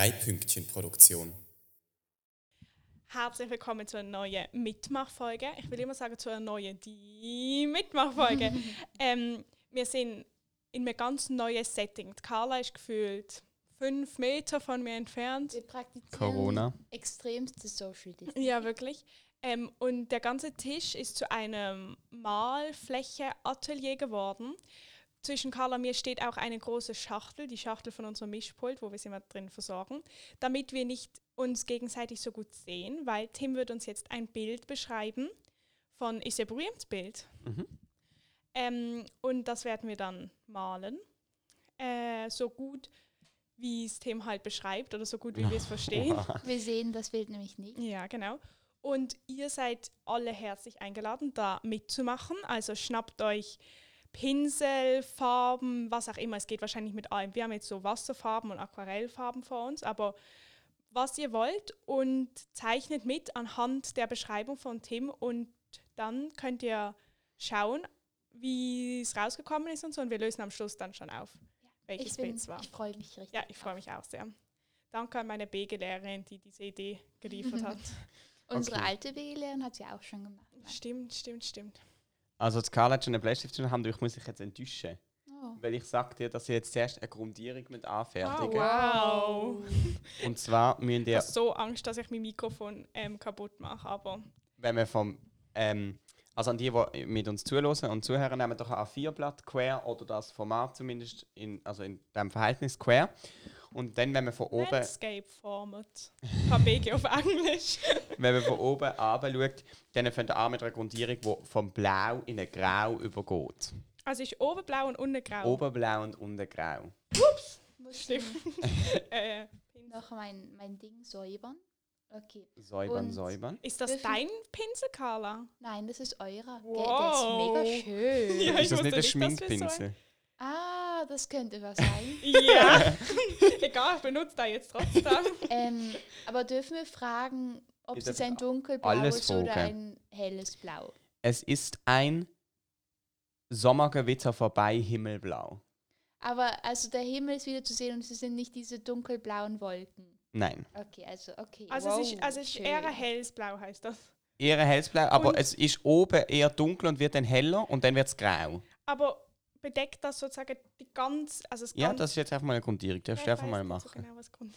Drei-Pünktchen-Produktion. Herzlich willkommen zu einer neuen Mitmachfolge. Ich will immer sagen, zu einer neuen die Mitmachfolge. ähm, wir sind in einem ganz neuen Setting. Die Carla ist gefühlt fünf Meter von mir entfernt. Wir praktizieren Corona. extremste Social Distancing. Ja, wirklich. Ähm, und der ganze Tisch ist zu einem Malfläche-Atelier geworden. Zwischen Carla und mir steht auch eine große Schachtel, die Schachtel von unserem Mischpult, wo wir sie immer drin versorgen, damit wir nicht uns gegenseitig so gut sehen, weil Tim wird uns jetzt ein Bild beschreiben von ist ja berühmtes Bild. Mhm. Ähm, und das werden wir dann malen. Äh, so gut, wie es Tim halt beschreibt oder so gut, wie wir es verstehen. Wir sehen das Bild nämlich nicht. Ja, genau. Und ihr seid alle herzlich eingeladen, da mitzumachen. Also schnappt euch Pinsel, Farben, was auch immer. Es geht wahrscheinlich mit allem. Wir haben jetzt so Wasserfarben und Aquarellfarben vor uns, aber was ihr wollt und zeichnet mit anhand der Beschreibung von Tim und dann könnt ihr schauen, wie es rausgekommen ist und so. Und wir lösen am Schluss dann schon auf, welches Ich, bin- Bild es war. ich freue mich richtig. Ja, ich freue mich auch sehr. Danke an meine BG-Lehrerin, die diese Idee geliefert hat. Unsere Okay. alte BG-Lehrerin hat sie auch schon gemacht. Stimmt, stimmt, stimmt. Also, das Karl hat schon einen Bleistift in der Hand, aber ich muss dich jetzt enttäuschen. Oh. Weil ich sag dir, dass ihr jetzt zuerst eine Grundierung mit anfertigen Ah, Wow. Und zwar müsst Ich ihr, habe so Angst, dass ich mein Mikrofon ähm, kaputt mache, aber wenn wir vom. Ähm, also an die, die mit uns zuhören und zuhören, nehmen doch ein A4-Blatt quer oder das Format zumindest, in, also in dem Verhältnis quer. Und dann, wenn wir von oben. Landscape-Format. KBG eh auf Englisch. wenn man von oben runter schaut, dann fängt er an mit einer Grundierung, die vom Blau in ein Grau übergeht. Also ist oben blau und unten grau. Oben blau und unten grau. Muss ich Stimmt. äh, noch mein, mein Ding säubern? Okay. Säubern, Und- säubern. ist das Dürfen- dein Pinsel, Carla? Nein, das ist eurer. Wow. Der ist mega schön. Ja, Ist das ich nicht ein wusste nicht, dass wir so- Schminkpinsel? Ah, das könnte was sein. Ja. Egal, ich benutze da jetzt trotzdem. Also, ähm, aber dürfen wir fragen, ob Ihr es ist dürft ein alles dunkelblaues fragen. oder ein helles Blau? Es ist ein Sommergewitter vorbei, Himmelblau. Aber also der Himmel ist wieder zu sehen und es sind nicht diese dunkelblauen Wolken. Nein. Okay, also okay. Also es ist, Wow, also es ist schön. eher ein helles Blau, heißt das. Eher ein hellsblau, aber Und- es ist oben eher dunkel und wird dann heller und dann wird es grau. Aber bedeckt das sozusagen die ganz, also das Ja, ganze das ist jetzt einfach mal eine Grundierung. Darfst du Ja, ich einfach weiß mal nicht so machen. genau, was kommt.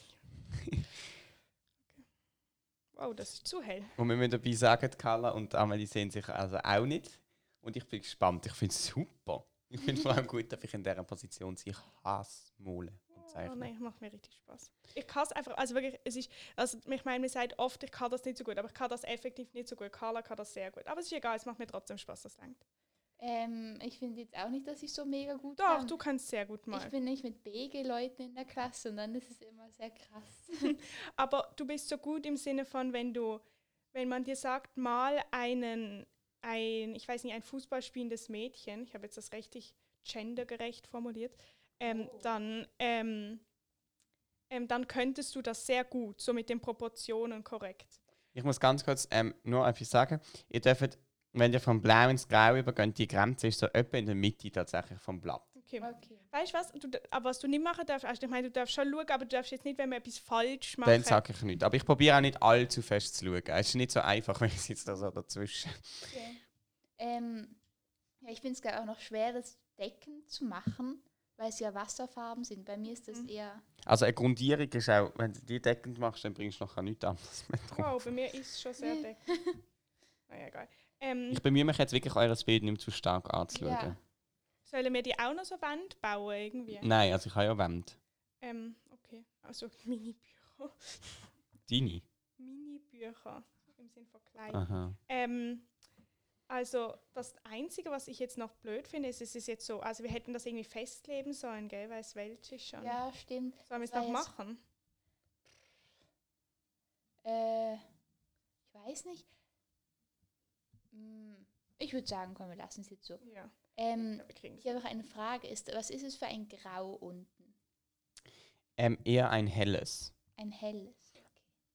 Okay. Wow, das ist zu hell. Und wir müssen dabei sagen, die Carla und Amelie sehen sich also auch nicht. Und ich bin gespannt. Ich finde es super. Ich finde vor allem gut, dass ich in dieser Position sich hasse, malen und Oh zeichnen. nein, macht mir richtig Spaß. Ich kann es einfach, also wirklich, es ist, also ich meine, man sagt oft, ich kann das nicht so gut, aber ich kann das effektiv nicht so gut. Carla kann das sehr gut. Aber es ist egal, es macht mir trotzdem Spaß, das denkt. Ähm, ich finde jetzt auch nicht, dass ich so mega gut Doch, kann. du kannst sehr gut Ich malen. bin nicht mit BG-Leuten in der Klasse und dann ist es immer sehr krass. Aber du bist so gut im Sinne von, wenn du, wenn man dir sagt, mal einen, ein, ich weiß nicht, ein fußballspielendes Mädchen, ich habe jetzt das richtig gendergerecht formuliert, ähm, Oh. dann, ähm, ähm, dann könntest du das sehr gut, so mit den Proportionen korrekt. Ich muss ganz kurz ähm, nur etwas sagen. Ihr dürft, wenn ihr vom Blau ins Grau übergeht, die Grenze ist so etwa in der Mitte tatsächlich vom Blatt. Okay. Okay. Weißt du was? Du, d- aber was du nicht machen darfst, also ich meine, du darfst schon schauen, aber du darfst jetzt nicht, wenn wir etwas falsch machen. Dann sage ich nichts. Aber ich probiere auch nicht allzu fest zu schauen. Es ist nicht so einfach, wenn ich jetzt da so dazwischen. okay. Ähm, ja, ich finde es gerade auch noch schwer, das Decken zu machen, weil es ja Wasserfarben sind. Bei mir ist das Mhm. eher. Also eine Grundierung ist auch, wenn du die deckend machst, dann bringst du nachher nichts anderes mehr drauf. Wow, bei mir ist es schon sehr dick. Naja, egal. Ähm, Ich bemühe mich jetzt wirklich, euer Bild nicht mehr zu stark anzuschauen. Ja. sollen wir die auch noch so Wand bauen irgendwie? Nein, also ich habe ja Wände. Ähm, okay. Also Mini-Bücher. Deine? Mini-Bücher. Im Sinn von klein. Aha. Ähm, also das Einzige, was ich jetzt noch blöd finde, ist, es ist jetzt so, also wir hätten das irgendwie festleben sollen, gell, weil es welch ist schon. Ja, stimmt. Sollen wir es Weil noch es- machen? Äh, ich weiß nicht. Hm, Ich würde sagen, komm, wir lassen es jetzt so. Ja. Ähm, ja wir kriegen's. ich habe noch eine Frage. Ist, was ist es für ein Grau unten? Ähm, eher ein helles. Ein helles.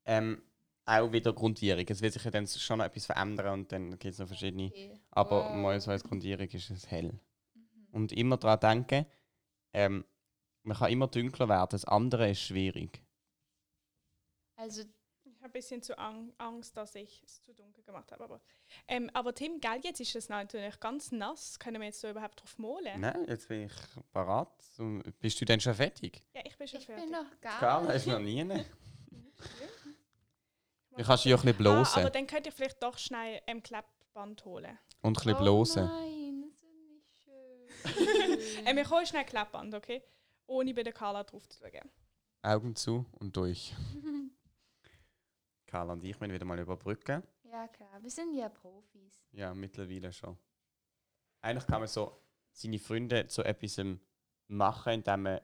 Ähm, auch wieder Grundierung. Es wird sich ja dann schon noch etwas verändern und dann gibt es noch verschiedene. Okay. Aber Wow. mal so als Grundierung ist es hell. Ah. Mhm. Und immer daran denken, ähm, man kann immer dunkler werden. Das andere ist schwierig. Also Ich habe ein bisschen zu ang Angst, dass ich es zu dunkel gemacht habe. Aber, ähm, aber Tim, gell, jetzt ist das natürlich ganz nass. Können wir jetzt so überhaupt drauf malen? Nein, jetzt bin ich parat. So, Bist du denn schon fertig? Ja, ich bin schon ich fertig. bin noch gar Carla nicht. ist noch nie. Du kannst dich auch ein bisschen ah, aber blosen. dann könnt ihr vielleicht doch schnell ein Klebband holen. Und ein bisschen blosen. Oh nein, das ist nicht schön. Ähm, wir holen schnell Klebband, okay? Ohne bei der Carla drauf zu schauen. Augen zu und durch. Carla und ich müssen wieder mal überbrücken. ja klar, wir sind ja Profis. Ja, mittlerweile schon. Eigentlich kann man so seine Freunde zu etwas machen, indem man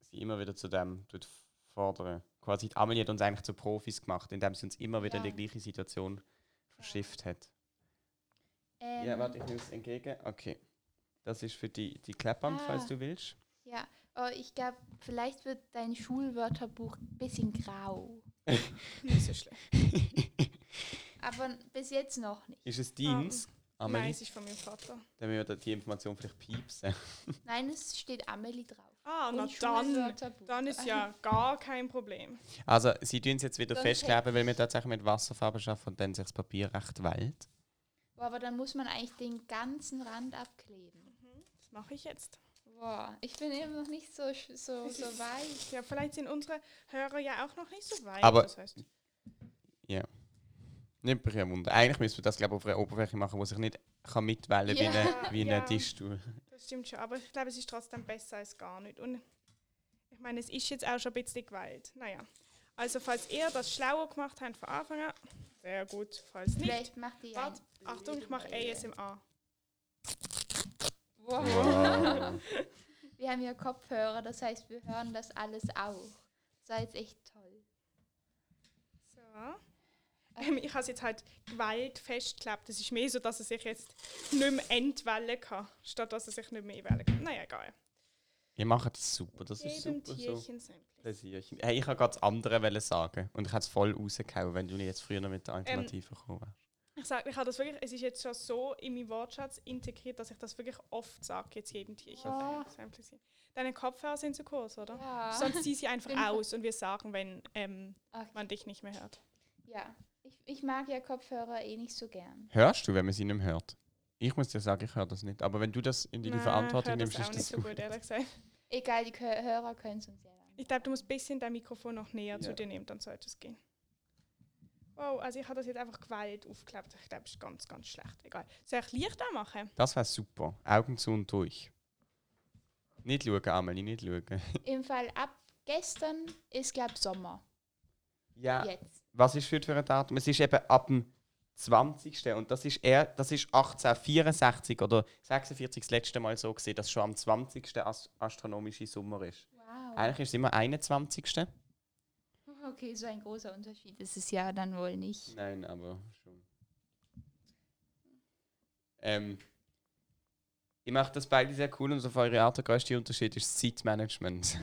sie immer wieder zu dem tut fordern. Quasi die Amelie hat uns eigentlich zu Profis gemacht, indem sie uns immer wieder in Ja. die gleiche Situation verschifft hat. Ähm, Ja, warte, ich nehme es entgegen. Okay. Das ist für die, die Klappern, Ah. falls du willst. Ja, oh, ich glaube, vielleicht wird dein Schulwörterbuch ein bisschen grau. Nicht so schlecht. Aber bis jetzt noch nicht. Ist es deins? Ah, Nein, Amelie? es ist von meinem Vater. Dann müssen wir die Information vielleicht piepsen. Nein, es steht Amelie drauf. Ah, na Und dann. Schulwörterbuch. Dann ist ja gar kein Problem. Also, sie tun es jetzt wieder Sonst festkleben, weil wir tatsächlich mit Wasserfarbe arbeiten und dann sich das Papier recht wählt. Boah, aber dann muss man eigentlich den ganzen Rand abkleben. Das mache ich jetzt. Boah, ich bin eben noch nicht so, sch- so, so weit. Ja, vielleicht sind unsere Hörer ja auch noch nicht so weit. Aber- das heißt, Nicht mich ein Wunder. Eigentlich müssen wir das, glaube ich, auf einer Oberfläche machen, die sich nicht kann mitwählen kann wie Ja. ein, wie ein Ja. Tischstuhl. das stimmt schon. Aber ich glaube, es ist trotzdem besser als gar nicht. Und ich meine, es ist jetzt auch schon ein bisschen gewalt. Naja. Also, falls ihr das schlauer gemacht habt von Anfang an, sehr gut. Falls nicht, Vielleicht macht die ein. warte, Achtung, ich mache ASMR. Wow. Wow. Wir haben ja Kopfhörer, das heißt, wir hören das alles auch. Das war jetzt echt toll. So. Ähm, ich habe es jetzt halt Gewalt festgeklebt. Es ist mehr so, dass er sich jetzt nicht mehr entwählen kann, statt dass er sich nicht mehr einwählen kann. Naja, egal. Ihr macht das super, das ist Jedem super so. Tierchen sein Platz. Pläsierchen. Hey, ich wollte gerade das andere wollen sagen und ich hätte es voll rausgehauen, wenn du nicht jetzt früher noch mit der Alternative Ähm. gekommen wärst. Ich sage, ich habe das wirklich, es ist jetzt schon so in meinen Wortschatz integriert, dass ich das wirklich oft sage, jetzt jedem Tierchen Ja. sein Platz. Deine Kopfhörer sind zu kurz, oder? Ja. Sonst zieh sie einfach Bin ver- aus und wir sagen, wenn ähm, Okay. man dich nicht mehr hört. Ja. Ich, ich mag ja Kopfhörer eh nicht so gern. Hörst du, wenn man sie nicht mehr hört? Ich muss dir sagen, ich höre das nicht. Aber wenn du das in deine Nein, Verantwortung ich nimmst, höre das ist das auch nicht so gut, ehrlich gesagt. Egal, die Kö- Hörer können es uns ja dann. Ich glaube, du musst ein bisschen dein Mikrofon noch näher zu Ja. dir nehmen, dann sollte es gehen. Wow, also ich habe das jetzt einfach gewählt aufgeklebt. Ich glaube, es ist ganz, ganz schlecht. Egal. Soll ich Licht anmachen? Das wäre super. Augen zu und durch. Nicht schauen, Amelie, nicht schauen. Im Fall ab gestern ist, glaube ich, Sommer. Ja. Jetzt. Was ist heute für ein Datum? Es ist eben ab dem 20. Und das ist, eher, das ist 1864 oder 46 das letzte Mal so gesehen, dass schon am 20. As astronomische Sommer ist. Wow. Eigentlich ist es immer 21. Okay, so ein großer Unterschied ist es ja dann wohl nicht. Nein, aber schon. Ähm, ich mache das beide sehr cool und auf eure Art der größte Unterschied ist das Zeitmanagement.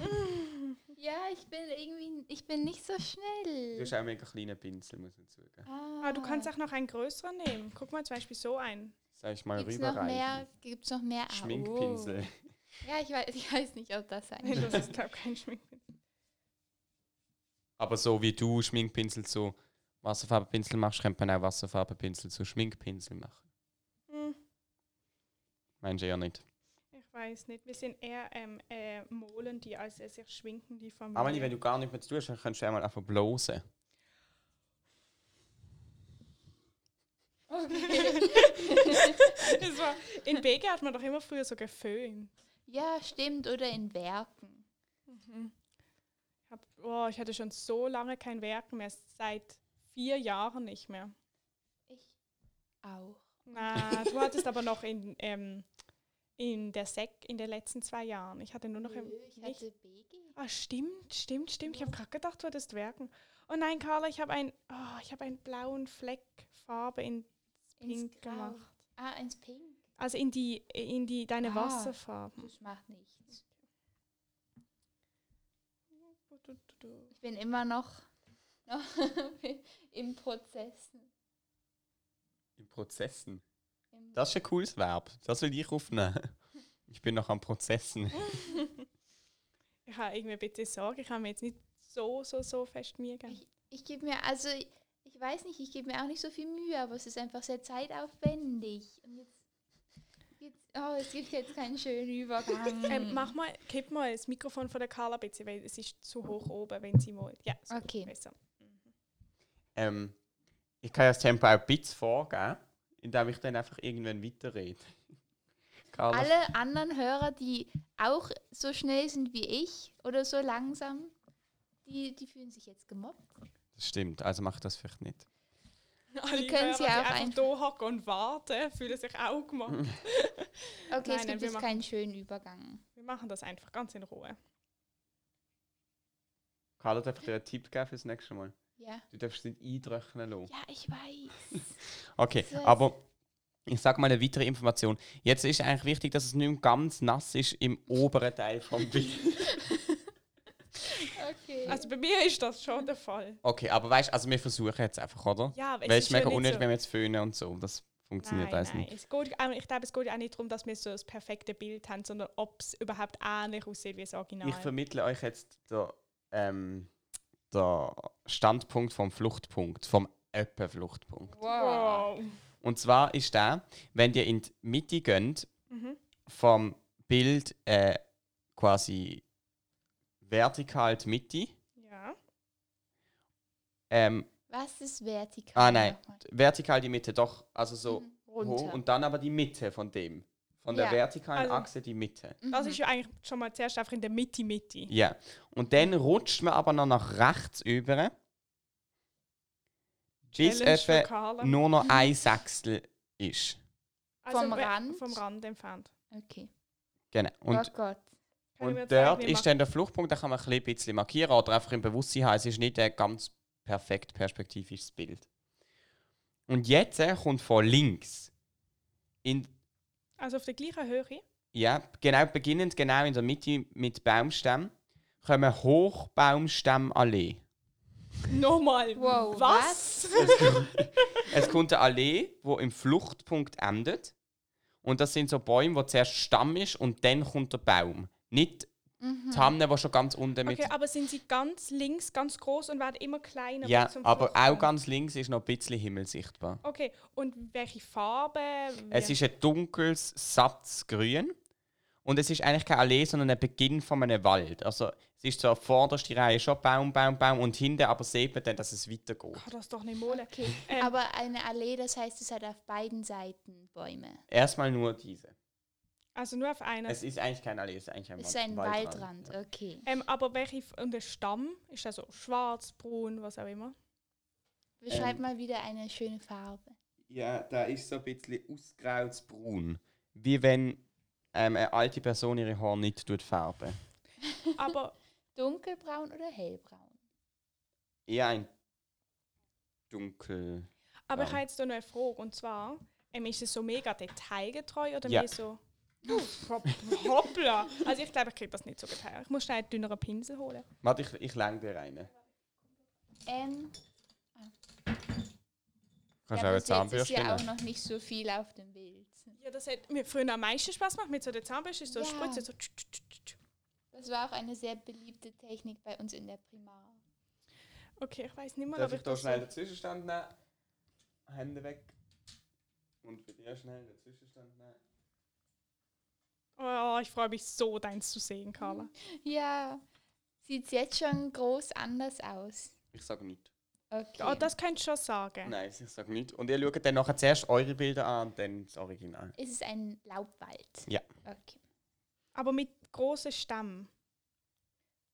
Ja, ich bin irgendwie, ich bin nicht so Du schnell. hast auch einen mega kleinen Pinsel, muss ich zugeben. Ah, du kannst auch noch einen größeren nehmen. Guck mal, zum Beispiel so einen. Soll ich mal Gibt's noch mehr? rüberreichen? Gibt's noch mehr? Ah, Schminkpinsel. Oh. Ja, ich weiß, ich weiß nicht, ob das sein Nein, wird. das ist, glaube ich, kein Schminkpinsel. Aber so wie du Schminkpinsel zu Wasserfarbenpinsel machst, könnte man auch Wasserfarbenpinsel zu Schminkpinsel machen. Hm, Meinst du ja nicht. ich weiß nicht. Wir sind eher ähm, äh, molen die, als äh, sich schwinken die Familie. Amelie, wenn du gar nichts mehr zu tun hast, dann könntest du einmal einfach blosen. das war, in BG hat man doch immer früher so geföhnt. Ja, stimmt. Oder in Werken. Ich, hab, oh, ich hatte schon so lange kein Werken mehr, seit vier Jahren nicht mehr. Ich auch. Na, du hattest aber noch in, ähm, in der Sek in den letzten zwei Jahren. Ich hatte nur noch im. Nö, ich nicht- hatte BG. Ah, stimmt, stimmt, stimmt. Ich habe gerade gedacht, du hattest Werken. Oh nein, Carla, ich habe ein, oh, ich habe einen blauen Fleck Farbe in Ins Pink Grau. gemacht. Ah, ins Pink. Also in die, in die deine Ah. Wasserfarben. Das macht nichts. Ich bin immer noch, noch im Prozess. In Prozessen. Im Das ist ein cooles Verb. Das will ich aufnehmen. Ich bin noch am Prozessen. Ich habe irgendwie bitte Sorge, ich habe mir jetzt nicht so, so, so fest Mühe gegeben. Ich- ich gebe mir, also ich- ich weiß nicht, ich gebe mir auch nicht so viel Mühe, aber es ist einfach sehr zeitaufwendig. Und jetzt, jetzt oh, es gibt jetzt keinen schönen Übergang. Ähm, mach mal, kipp mal das Mikrofon von der Carla ein bisschen, weil es ist zu hoch oben, wenn sie wollt. Ja, Also, so Okay. ist besser. Ähm, ich kann ja das Tempo auch ein bisschen vorgeben, indem ich dann einfach irgendwann weiterrede. Carla, Alle anderen Hörer, die auch so schnell sind wie ich oder so langsam, die, die fühlen sich jetzt gemobbt. Das stimmt, also mach ich das vielleicht nicht. Alle können sie Hörer, auch die ein- einfach da hocken und warten, fühlen sich auch Mhm. gemacht. Okay, Nein, es nein, gibt wir jetzt machen- keinen schönen Übergang. Wir machen das einfach ganz in Ruhe. Carla, darf ich dir einen Tipp geben fürs nächste Mal? Ja. Du darfst es nicht eintröchnen lassen. Ja, ich weiß. Okay, Das heißt- aber ich sage mal eine weitere Information. Jetzt ist eigentlich wichtig, dass es nicht mehr ganz nass ist im oberen Teil vom Bild. Okay. Also bei mir ist das schon der Fall. Okay, aber weißt du, also wir versuchen jetzt einfach, oder? Ja, aber Weil es es ist ist mega ja nicht unnötig, so. wenn wir jetzt föhnen und so. Das funktioniert nein, alles nein. nicht. Es geht, auch- ich glaube, es geht auch nicht darum, dass wir so das perfekte Bild haben, sondern ob es überhaupt ähnlich aussieht wie das Original. Ich vermittle euch jetzt den, ähm, den Standpunkt vom Fluchtpunkt, vom Öppen-Fluchtpunkt. wow. Und zwar ist der, wenn ihr in die Mitte geht, Mhm. vom Bild äh, quasi vertikal die Mitte. Ja. Ähm, Was ist vertikal? Ah, nein. nochmal? vertikal die Mitte, doch. Also so Mhm, hoch Runter. und dann aber die Mitte von dem. Von Ja. der vertikalen Also- Achse die Mitte. Mhm. Das ist ja eigentlich schon mal zuerst einfach in der Mitte, Mitte. Ja. Und Mhm. dann rutscht man aber noch nach rechts über. Bis Challenge für etwa Carla. Also nur noch ein Sechstel ist. Vom we- Rand? Vom Rand entfernt. okay. Genau. Und, oh Gott. Kann ich und mir jetzt sagen, dort wir ist dann der Fluchtpunkt, da kann man ein bisschen markieren oder einfach im Bewusstsein haben, es ist nicht ein ganz perfekt perspektivisches Bild. Und jetzt äh, kommt von links in machen- Also auf der gleichen Höhe. Ja, genau, beginnend genau in der Mitte mit Baumstämmen kommen Hochbaumstammallee. Nochmal. Wow, Was? es kommt eine Allee, wo im Fluchtpunkt endet. Und das sind so Bäume, wo zuerst Stamm ist und dann kommt der Baum. Nicht Mhm. die Tanne, die schon ganz unten mit. Okay, aber sind sie ganz links, ganz groß und werden immer kleiner? ja, bis zum aber Fluchtpunkt? auch ganz links ist noch ein bisschen Himmel sichtbar. Okay, und welche Farbe? Es ist ein dunkles, sattes Grün. Und es ist eigentlich keine Allee, sondern ein Beginn von einem Wald. Also es ist zwar vorderste Reihe schon Baum, Baum, Baum und hinten aber sieht man dann, dass es weitergeht. Kann Ah, das doch nicht malen. Okay. Ähm. Aber eine Allee, das heißt, es hat auf beiden Seiten Bäume. Erstmal nur diese. Also nur auf einer. Es ist eigentlich keine Allee, es ist eigentlich ein, Es ist Wald- ein Waldrand. Okay. Ähm, aber welche F- und der Stamm ist also schwarz, braun, was auch immer. Beschreib Ähm. mal wieder eine schöne Farbe. Ja, da ist so ein bisschen ausgrautes Braun. Wie wenn ähm, eine alte Person ihre Haare nicht tut färben. Aber Dunkelbraun oder hellbraun? Eher ein dunkel. Aber ich Ja. habe jetzt da noch eine Frage. Und zwar, ähm, ist es so mega detailgetreu oder Ja. mehr so. Hopp- Hoppla! Also ich glaube, ich kriege das nicht so geteilt. Ich muss schnell einen dünneren Pinsel holen. Warte, ich, ich länge dir einen. Ähm, Kannst auch ja, eine bis jetzt ist Zahnbürste ja auch nehmen. noch nicht so viel auf dem Bild. Ja, das hat mir früher am meisten Spaß gemacht mit so der Zahnbürste, so Ja. Spritze, so tsch, tsch, tsch, tsch, tsch. Das war auch eine sehr beliebte Technik bei uns in der Primar. Okay, ich weiß nicht mehr, Darf ob ich ich da das schnell so... den Zwischenstand nehmen? Hände weg. Und für dich schnell den Zwischenstand nehmen. Oh, ich freue mich so, deins zu sehen, Carla. Hm. Ja, sieht jetzt schon groß anders aus. Ich sage nichts. Okay. Oh, das könntest du schon sagen. Nein, ich sage nichts. Und ihr schaut dann nachher zuerst eure Bilder an und dann das Original. es ist ein Laubwald. Ja. Okay. Aber mit großen Stämmen.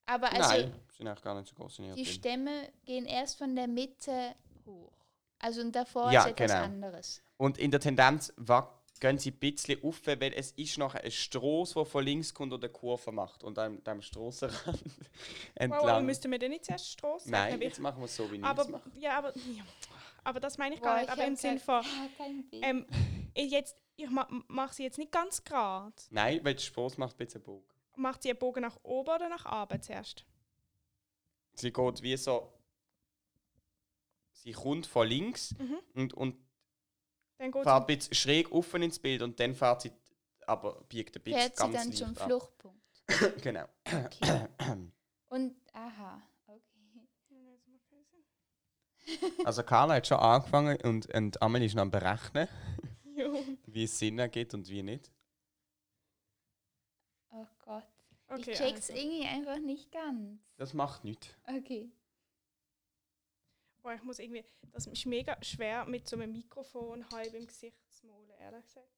Aber also Nein, sind eigentlich gar nicht so groß in ihrer die Bilder. Stämme gehen erst von der Mitte hoch. Also und davor Ja, ist etwas genau. anderes. Und in der Tendenz wa- gehen sie ein bisschen auf, weil es ist noch ein Stross, der von links kommt und eine Kurve macht. Und an dem Strossenrand Wow, aber entlang. müssten wir denn nicht zuerst Straße Nein, jetzt machen wir es so, wie ich es aber, mache. ja, aber, ja. aber das meine ich Boah, gar nicht. ich Aber hab im Sinn grad- von... Ah, kein Bild. Ähm, ich jetzt, ich ma mache sie jetzt nicht ganz gerade. Nein, weil der Stross macht ein bisschen Bogen. Macht sie einen Bogen nach oben oder nach unten zuerst? Sie geht wie so... Sie kommt von links Mhm. und, und Dann geht fährt ein bisschen schräg offen ins Bild und dann fährt sie... Aber biegt ein bisschen Fährt sie ganz dann leicht zum ab. Fluchtpunkt. Genau. Okay. und aha, okay. sie. Also Carla hat schon angefangen und, und Amelie ist noch am Berechnen, Jo. wie es Sinn ergibt und wie nicht. Oh Gott. Okay, ich check's also. eh. irgendwie einfach nicht ganz. Das macht nichts. Okay. Boah, ich muss irgendwie, das ist mega schwer mit so einem Mikrofon halb im Gesicht zu malen, ehrlich gesagt.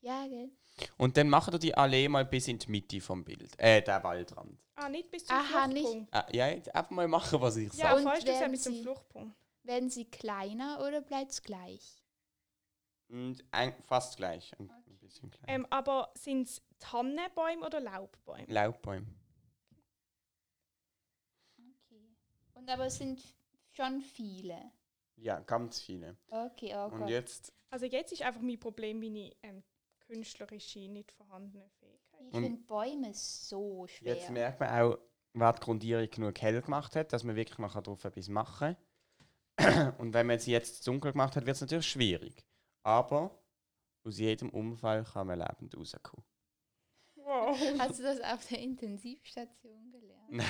Ja, gell? Und dann machen wir die Allee mal bis in die Mitte vom Bild. Äh, der Waldrand. Ah, nicht bis zum Aha, nicht. Fluchtpunkt. Äh, ja, jetzt einfach mal machen, was ich Ja, sage. Und vorerst ist ja werden bis zum sie- Fluchtpunkt. Werden sie kleiner oder bleibt's gleich? Und ein, fast gleich. Ein, ein bisschen klein. Ähm, aber sind es Tannenbäume oder Laubbäume? Laubbäume. Okay. Und aber es sind schon viele. Ja, ganz viele. Okay, oh Und Gott. jetzt, Also jetzt ist einfach mein Problem meine ähm, künstlerische, nicht vorhandene Fähigkeit. ich und- finde Bäume so schwer. jetzt merkt man auch, wer die Grundierung genug hell gemacht hat, dass man wirklich noch darauf etwas machen kann. Und wenn man sie jetzt dunkel gemacht hat, wird es natürlich schwierig. Aber aus jedem Unfall kann man lebend rauskommen. Wow. Hast du das auf der Intensivstation gelernt?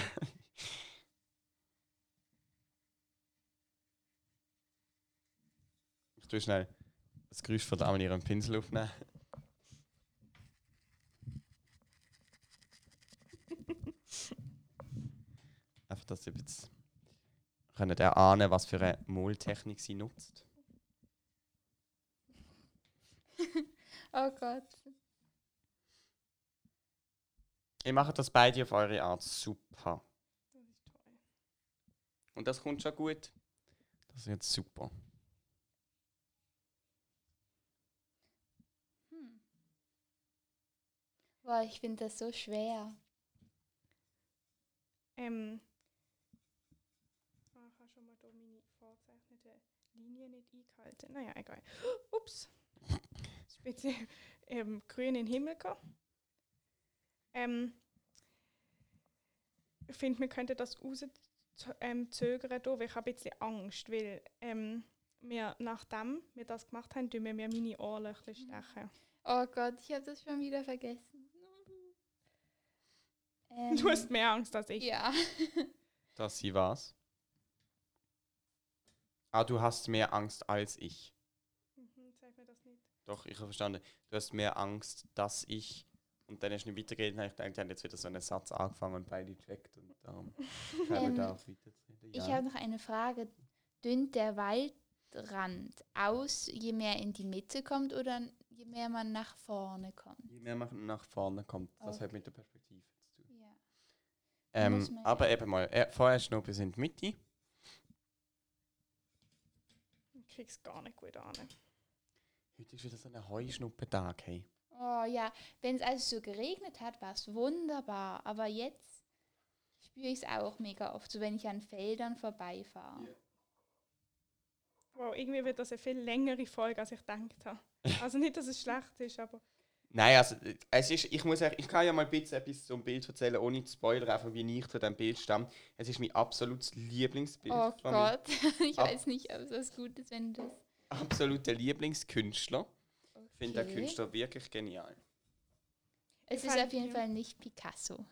Ich tue schnell das Geräusch von der Amelie ihren Pinsel aufnehmen. Einfach, dass ihr jetzt könnt erahnen, was für eine Moltechnik sie nutzt. Oh Gott. Ihr macht das beide auf eure Art super. Das ist toll. Und das kommt schon gut. Das ist jetzt super. Hm. Boah, ich finde das so schwer. Ähm, ah, ich habe schon mal da meine vorzeichnete Linie nicht eingehalten. Naja, egal. Ups. Jetzt bin ich ähm, grün in den Himmel gekommen. Ähm, ich finde, wir könnten das rauszögern, ähm, zögern da, weil ich habe ein bisschen Angst, weil ähm, wir, nachdem wir das gemacht haben, tun wir mir meine Mhm. Ohrlöcher stechen. Oh Gott, ich habe das schon wieder vergessen. Ähm, Du hast mehr Angst als ich. Ja. Dass sie was? Ah, du hast mehr Angst als ich. Mhm, sag mir das nicht. Doch, ich habe verstanden. Du hast mehr Angst, dass ich. Und dann ist nicht weitergeredet und ich gedacht, die haben jetzt wieder so einen Satz angefangen und beide checkt und darum kann man Ähm, da auch weiterreden. Ich habe noch eine Frage. Dünnt der Waldrand aus, je mehr in die Mitte kommt oder je mehr man nach vorne kommt? Je mehr man nach vorne kommt, das Okay. hat mit der Perspektive zu tun. Ja. Ah. Muss Ähm, man- aber eben mal, äh, vorher noch bis in die Mitte. Ich krieg's gar nicht gut an. Heute ist wieder so ein Heuschnuppentag, hey. Oh ja, wenn es also so geregnet hat, war es wunderbar. Aber jetzt spüre ich es auch mega oft, so wenn ich an Feldern vorbeifahre. Wow, irgendwie wird das eine viel längere Folge, als ich gedacht habe. Also nicht, dass es schlecht ist, aber Nein, also äh, es ist, ich muss ehrlich- ich kann ja mal ein bisschen etwas zum Bild erzählen, ohne zu spoilern, einfach wie ich zu diesem Bild stamme. Es ist mein absolutes Lieblingsbild. Oh von meinem Gott, ich Ab- weiß nicht, ob das gut ist, wenn du das. Absoluter Lieblingskünstler. Ich finde den Okay. Künstler wirklich genial. Es ist Gefällt auf jeden mir. Fall nicht Picasso.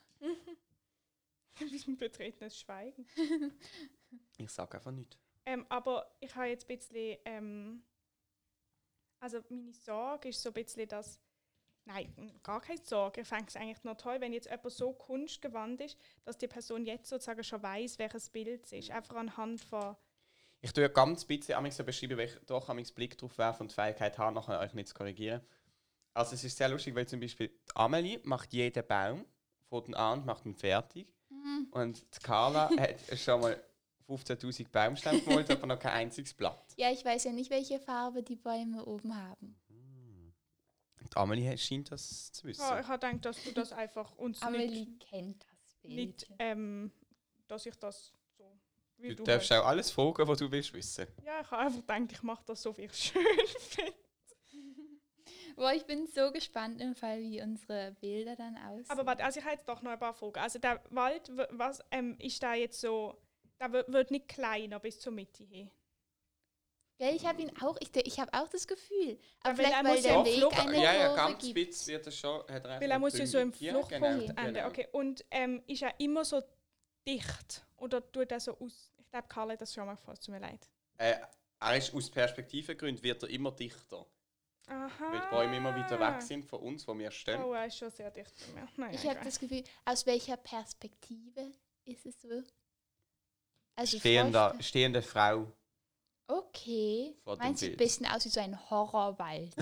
ein betretenes Schweigen. Ich sage einfach nichts. Ähm, aber ich habe jetzt ein bisschen. Ähm, also meine Sorge ist so ein bisschen, dass. Nein, m, gar keine Sorge. Ich fände es eigentlich noch toll, wenn jetzt jemand so kunstgewandt ist, dass die Person jetzt sozusagen schon weiß, welches Bild es ist. Einfach anhand von. Ich tue ja ganz bisschen am so beschreiben, weil ich doch am Blick drauf werfe und die Fähigkeit habe, nachher euch nicht zu korrigieren. Also es ist sehr lustig, weil zum Beispiel die Amelie macht jeden Baum, fährt ihn an und macht ihn fertig. Mhm. Hm, Und die Carla hat schon mal 15'000 Baumstämme gemalt, aber noch kein einziges Blatt. Ja, ich weiß ja nicht, welche Farbe die Bäume oben haben. Die Amelie hat- scheint das zu wissen. Ah, ich habe gedacht, dass du das einfach uns nicht, Amelie kennt das Bild. nicht ähm, dass ich das so. Wie du, darfst auch alles fragen, was du willst wissen. Ja, ich habe einfach gedacht, ich mache das so, wie ich es schön finde. Boah, ich bin so gespannt im Fall, wie unsere Bilder dann aussehen. Aber warte, also ich habe jetzt doch noch ein paar Fragen. Also der Wald, w- was ähm, ist da jetzt so, der w- wird nicht kleiner bis zur Mitte hin. Gell, ich habe ihn auch, ich, ich habe auch das Gefühl. Aber weil er vielleicht, weil muss der ja Weg flog- eine ja, ja, Kurve ganz gibt. spitz wird er schon. Hat recht Weil er muss ja so im Ja, genau, Fluchtpunkt genau. enden. Okay, und ähm, ist er immer so dicht oder tut er so aus? Ich glaube, Karl hat das schon mal gefragt, tut mir leid. Äh, er ist aus Perspektivengründen wird er immer dichter. Aha. Weil die Bäume immer weiter Ah. weg sind von uns, wo wir stehen. Oh, er ist schon sehr dicht bei mir. Oh Nein, Ich nein, habe nein. das Gefühl, aus welcher Perspektive ist es so? Also Stehender, Frost- stehende Frau. Okay. Vor dem Meinst du ein Bild. bisschen aus wie so ein Horrorwald?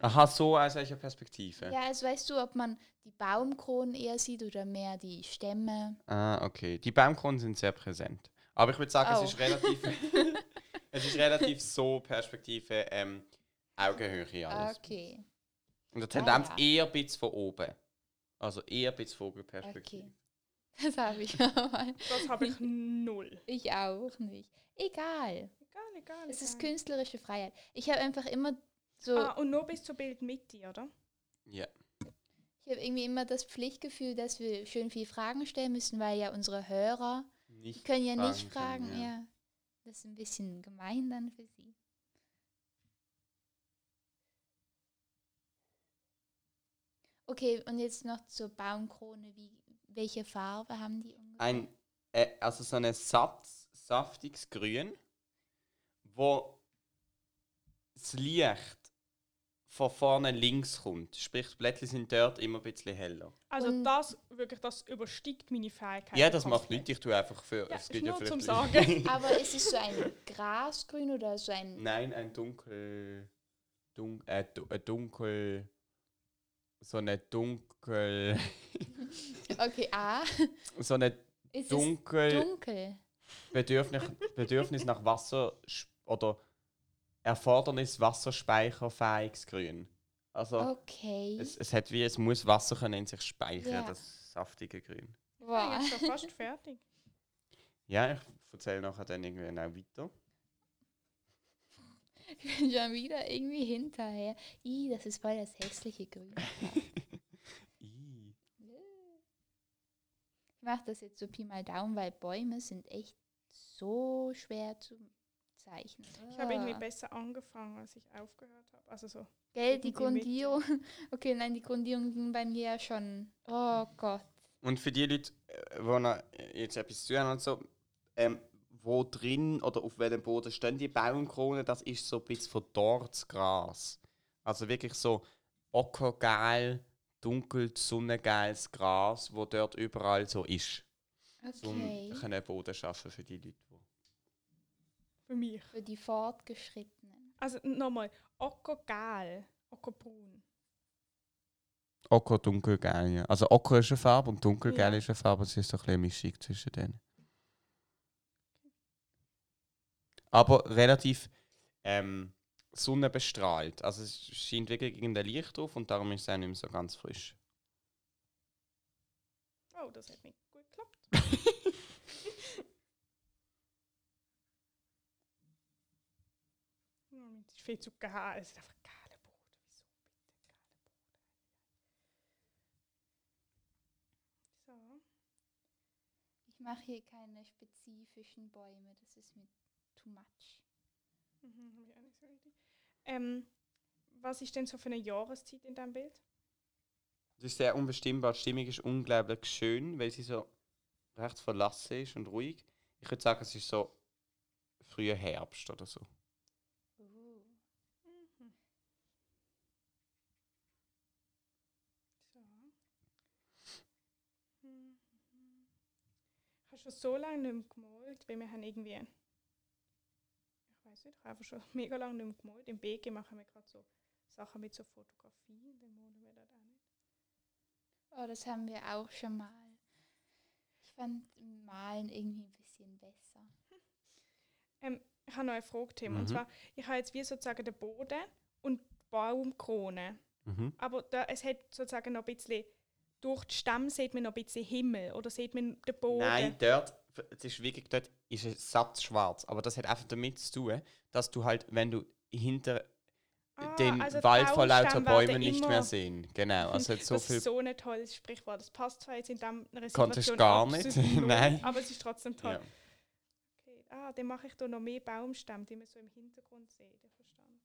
Aha, so aus welcher Perspektive? ja, also weißt du, ob man die Baumkronen eher sieht oder mehr die Stämme? Ah, okay. Die Baumkronen sind sehr präsent. Aber ich würde sagen, Oh. es ist relativ. es ist relativ so Perspektive ähm, Augenhöhe alles. Ah, Okay. Und der Tendenz Ah, eher ein bisschen von oben. Also eher ein bisschen Vogelperspektive. Okay. Das habe ich mal. Das habe ich null. Ich auch nicht. Egal. Egal, egal. Es ist egal. künstlerische Freiheit. Ich habe einfach immer so, Ah, und nur bis zur Bildmitte, oder? Ja. ich habe irgendwie immer das Pflichtgefühl, dass wir schön viel Fragen stellen müssen, weil ja unsere Hörer Nicht können ja nicht fragen fragen. können, ja. ja. das ist ein bisschen gemein dann für sie. Okay, und jetzt noch zur Baumkrone. Wie, welche Farbe haben die ungefähr? ein, äh, also so ein Satz saftiges Grün, wo das Licht von vorne links kommt. Sprich, die Blättchen sind dort immer ein bisschen heller. Also Und- das wirklich, das übersteigt meine Fähigkeit. ja, das macht nichts. Ich tue einfach für. Ja, es ist gibt ja nur zum vielleicht- Sagen. Aber ist es so ein Grasgrün oder so ein. Nein, ein dunkel. Dun, äh, du, äh, dunkel. So eine dunkel. Okay, ah. So eine Ist es dunkel. dunkel? Bedürfnis, Bedürfnis nach Wasser sch- oder Erfordernis wasserspeicherfähiges Grün. Also Okay. es, es hat wie es muss Wasser können in sich speichern, Ja. das saftige Grün. Ja, Wow. jetzt schon fast fertig. Ja, ich erzähle nachher dann irgendwie auch weiter. Ich bin schon wieder irgendwie hinterher. Ih, das ist voll das hässliche Grün. Ih. Ich mache das jetzt so Pi mal Daumen, weil Bäume sind echt so schwer zu zeichnen. Ich habe irgendwie Ah. besser angefangen, als ich aufgehört habe. Also so. Gell, die irgendwie mit. Grundierung. Okay, nein, die Grundierung ging bei mir ja schon. Oh Gott. Und für die Leute, äh, die noch jetzt etwas zu hören und so, ähm, wo drin oder auf welchem Boden stehen die Baumkronen, das ist so ein bisschen verdorrtes Gras. Also wirklich so ockergeil, dunkel, sonnengeiles Gras, wo dort überall so ist. Okay. Um einen Boden schaffen für die Leute. die- Für mich. Für die Fortgeschrittenen. Also nochmal, ockergeil, ockerbraun. Ocker, dunkelgeil, ja. Also Ocker ist eine Farbe und dunkelgeil Ja. ist eine Farbe. Es ist so ein bisschen eine Mischung zwischen denen. Aber relativ ähm, sonnenbestrahlt. Also es scheint wirklich irgendein Licht drauf und darum ist es auch nicht mehr so ganz frisch. Oh, das hat nicht gut geklappt. Hm, Das ist viel zu geil. Es ist einfach geiler Boden. Wieso bitte geiler Boden? Ich mache hier keine spezifischen Bäume. Das ist mir too much. So. Mhm, hab ich auch nicht so richtig. Ähm, was ist denn so für eine Jahreszeit in deinem Bild? Es ist sehr unbestimmbar. Die Stimmung ist unglaublich schön, weil sie so recht verlassen ist und ruhig. Ich würde sagen, es ist so früher Herbst oder so. Oh. Mhm. So. Mhm. Ich habe schon so lange nicht mehr gemalt, weil wir haben irgendwie, ein- ich weiß nicht, ich habe einfach schon mega lange nicht mehr gemalt. Im BG machen wir gerade so Sachen mit so Fotografie, dann malen wir das auch nicht. Oh, das haben wir auch schon mal. Ich fand Malen irgendwie ein bisschen besser. Ich habe noch ein Fragthema. Und Mhm. zwar, ich habe jetzt wie sozusagen den Boden und die Baumkrone. Mhm. Aber da, es hat sozusagen noch ein bisschen, durch die Stämme sieht man noch ein bisschen Himmel oder sieht man den Boden. Nein, dort, es ist wirklich, dort ist es satt schwarz. Aber das hat einfach damit zu tun, dass du halt, wenn du hinter Ah, den also die Wald vor lauter Baumstämme Bäumen werden nicht immer- mehr sehen. Genau, also hat so das viel. ist so ein tolles Sprichwort. Das passt zwar jetzt in dem einer Konntest Situation gar nicht. absolut null, Nein. Aber es ist trotzdem toll. ja. Okay. Ah, dann mache ich da noch mehr Baumstämme, die man so im Hintergrund sieht. Ich verstand.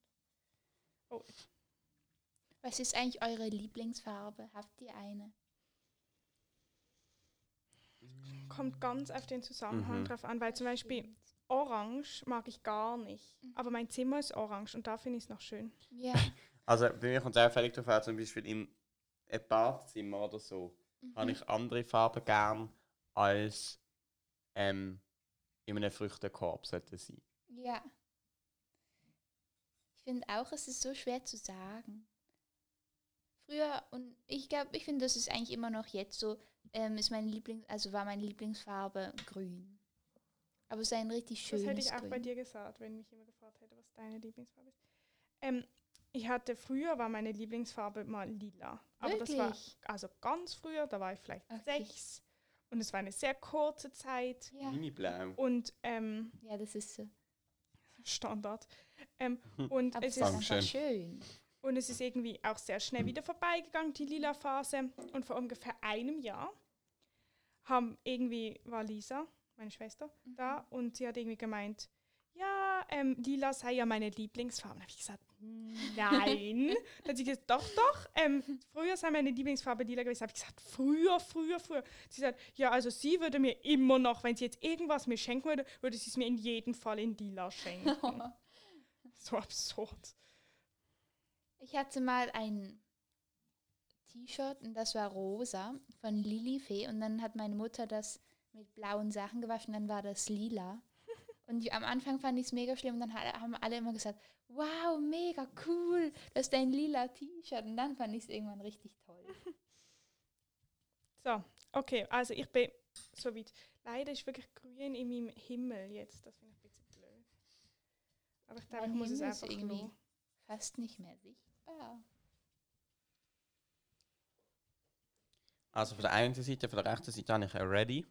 Was ist eigentlich eure Lieblingsfarbe? Habt ihr eine? Kommt ganz auf den Zusammenhang Mhm. drauf an, weil zum Beispiel orange mag ich gar nicht. Aber mein Zimmer ist orange und da finde ich es noch schön. Ja. Also bei mir kommt es auch völlig darauf an, zum Beispiel im Badezimmer oder so, Mhm. Mhm. habe ich andere Farben gern als ähm, in einem Früchtekorb sollte sein. Ja. Ich finde auch, es ist so schwer zu sagen. Früher, und ich glaube, ich finde, das ist eigentlich immer noch jetzt so, ähm, ist mein Lieblings, also war meine Lieblingsfarbe grün. Aber es ist ein richtig schönes das hätte ich auch grün. bei dir gesagt, wenn mich jemand gefragt hätte, was deine Lieblingsfarbe ist. Ähm, ich hatte früher war meine Lieblingsfarbe mal lila. Aber das war Wirklich? also ganz früher, da war ich vielleicht Okay. sechs und es war eine sehr kurze Zeit. Ja. Mini-Blau. Und ähm, ja, das ist so. Standard. Ähm, und, Aber es es ist ist, Dankeschön. einfach schön. und es ist irgendwie auch sehr schnell wieder vorbeigegangen, die lila Phase. Und vor ungefähr einem Jahr haben irgendwie war Lisa, meine Schwester, da und sie hat irgendwie gemeint, ja, ähm, lila sei ja meine Lieblingsfarbe. Da habe ich gesagt, nein. Dann hat sie gesagt, doch, doch, ähm, früher sei meine Lieblingsfarbe lila gewesen. habe ich gesagt, früher, früher, früher. Sie sagt, ja, also sie würde mir immer noch, wenn sie jetzt irgendwas mir schenken würde, würde sie es mir in jedem Fall in lila schenken. so absurd. Ich hatte mal ein T-Shirt und das war rosa von Lilifee und dann hat meine Mutter das mit blauen Sachen gewaschen, dann war das lila. Und die, am Anfang fand ich es mega schlimm und dann hat, haben alle immer gesagt, wow, mega cool, das ist ein lila T-Shirt und dann fand ich es irgendwann richtig toll. So, okay, also ich bin soweit. Leider ist wirklich grün in meinem Himmel jetzt. Das finde ich ein bisschen blöd. Aber ich glaube, ich Mein muss es Himmel ist einfach irgendwie lassen. Fast nicht mehr sichtbar. Also von der einen Seite, von der rechten Seite habe ich ein Ready.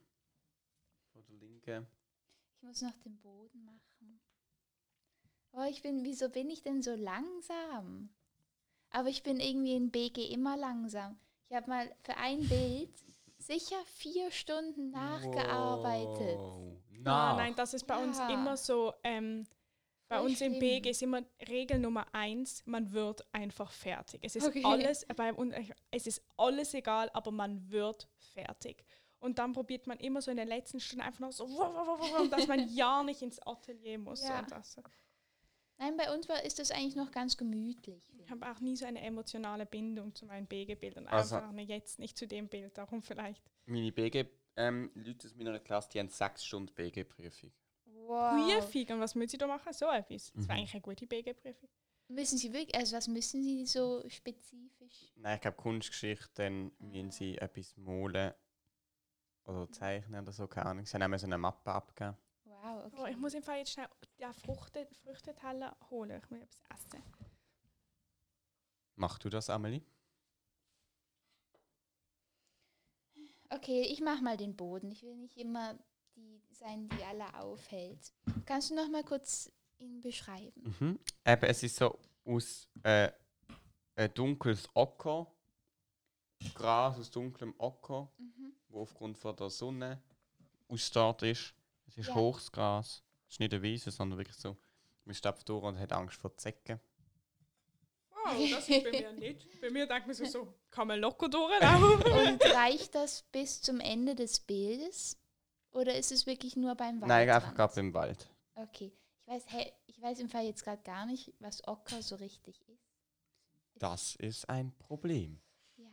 Von der linken. Ich muss noch den Boden machen. Oh, ich bin, wieso bin ich denn so langsam? Aber ich bin irgendwie in BG immer langsam. Ich habe mal für ein Bild sicher vier Stunden nachgearbeitet. Wow. Ah, Nach. nein, das ist bei uns Ja. immer so. Ähm, bei Voll uns im schlimm. BG ist immer Regel Nummer eins, man wird einfach fertig. Es ist Okay. alles, bei uns, es ist alles egal, aber man wird fertig. Und dann probiert man immer so in der letzten Stunde einfach noch so, dass man ja nicht ins Atelier muss. Ja. Und das. Nein, bei uns war, ist das eigentlich noch ganz gemütlich. Ich habe auch nie so eine emotionale Bindung zu meinen BG-Bildern. Also- Einfach nicht jetzt nicht zu dem Bild, darum vielleicht. Meine BG, ähm, Leute aus meiner Klasse, die haben 6 Stunden BG-Prüfung. Wow. Prüfung, und was müssen Sie da machen? So etwas. Das war Mhm. eigentlich eine gute BG-Prüfung. Müssen Sie wirklich, also was müssen Sie so spezifisch? Nein, ich glaube Kunstgeschichte, dann müssen sie etwas malen oder zeichnen oder so, keine Ahnung. Sie haben auch so eine Mappe abgegeben. Wow, okay. Oh, ich muss im Fall jetzt schnell den Fruchte, Früchteteller holen. Ich muss etwas essen. Machst du das, Amelie? Okay, ich mach mal den Boden. Ich will nicht immer die sein, die alle aufhält. Kannst du noch mal kurz ihn beschreiben? Mhm. Eben, es ist so aus äh, ein dunkles Ocker, Gras aus dunklem Ocker, Mhm. wo aufgrund von der Sonne ausgestarrt ist. Es ist Ja. hohes Gras. Es ist nicht eine Wiese, sondern wirklich so. Man stapft durch und hat Angst vor Zecken. Wow, das ist bei mir nicht. Bei mir denkt man so, so kann man locker durchlaufen. Und reicht das bis zum Ende des Bildes? Oder ist es wirklich nur beim Wald? Nein, einfach gerade im Wald. Okay. Ich weiß, hä, ich weiß im Fall jetzt gerade gar nicht, was Ocker so richtig ist. Das ist ein Problem. Ja.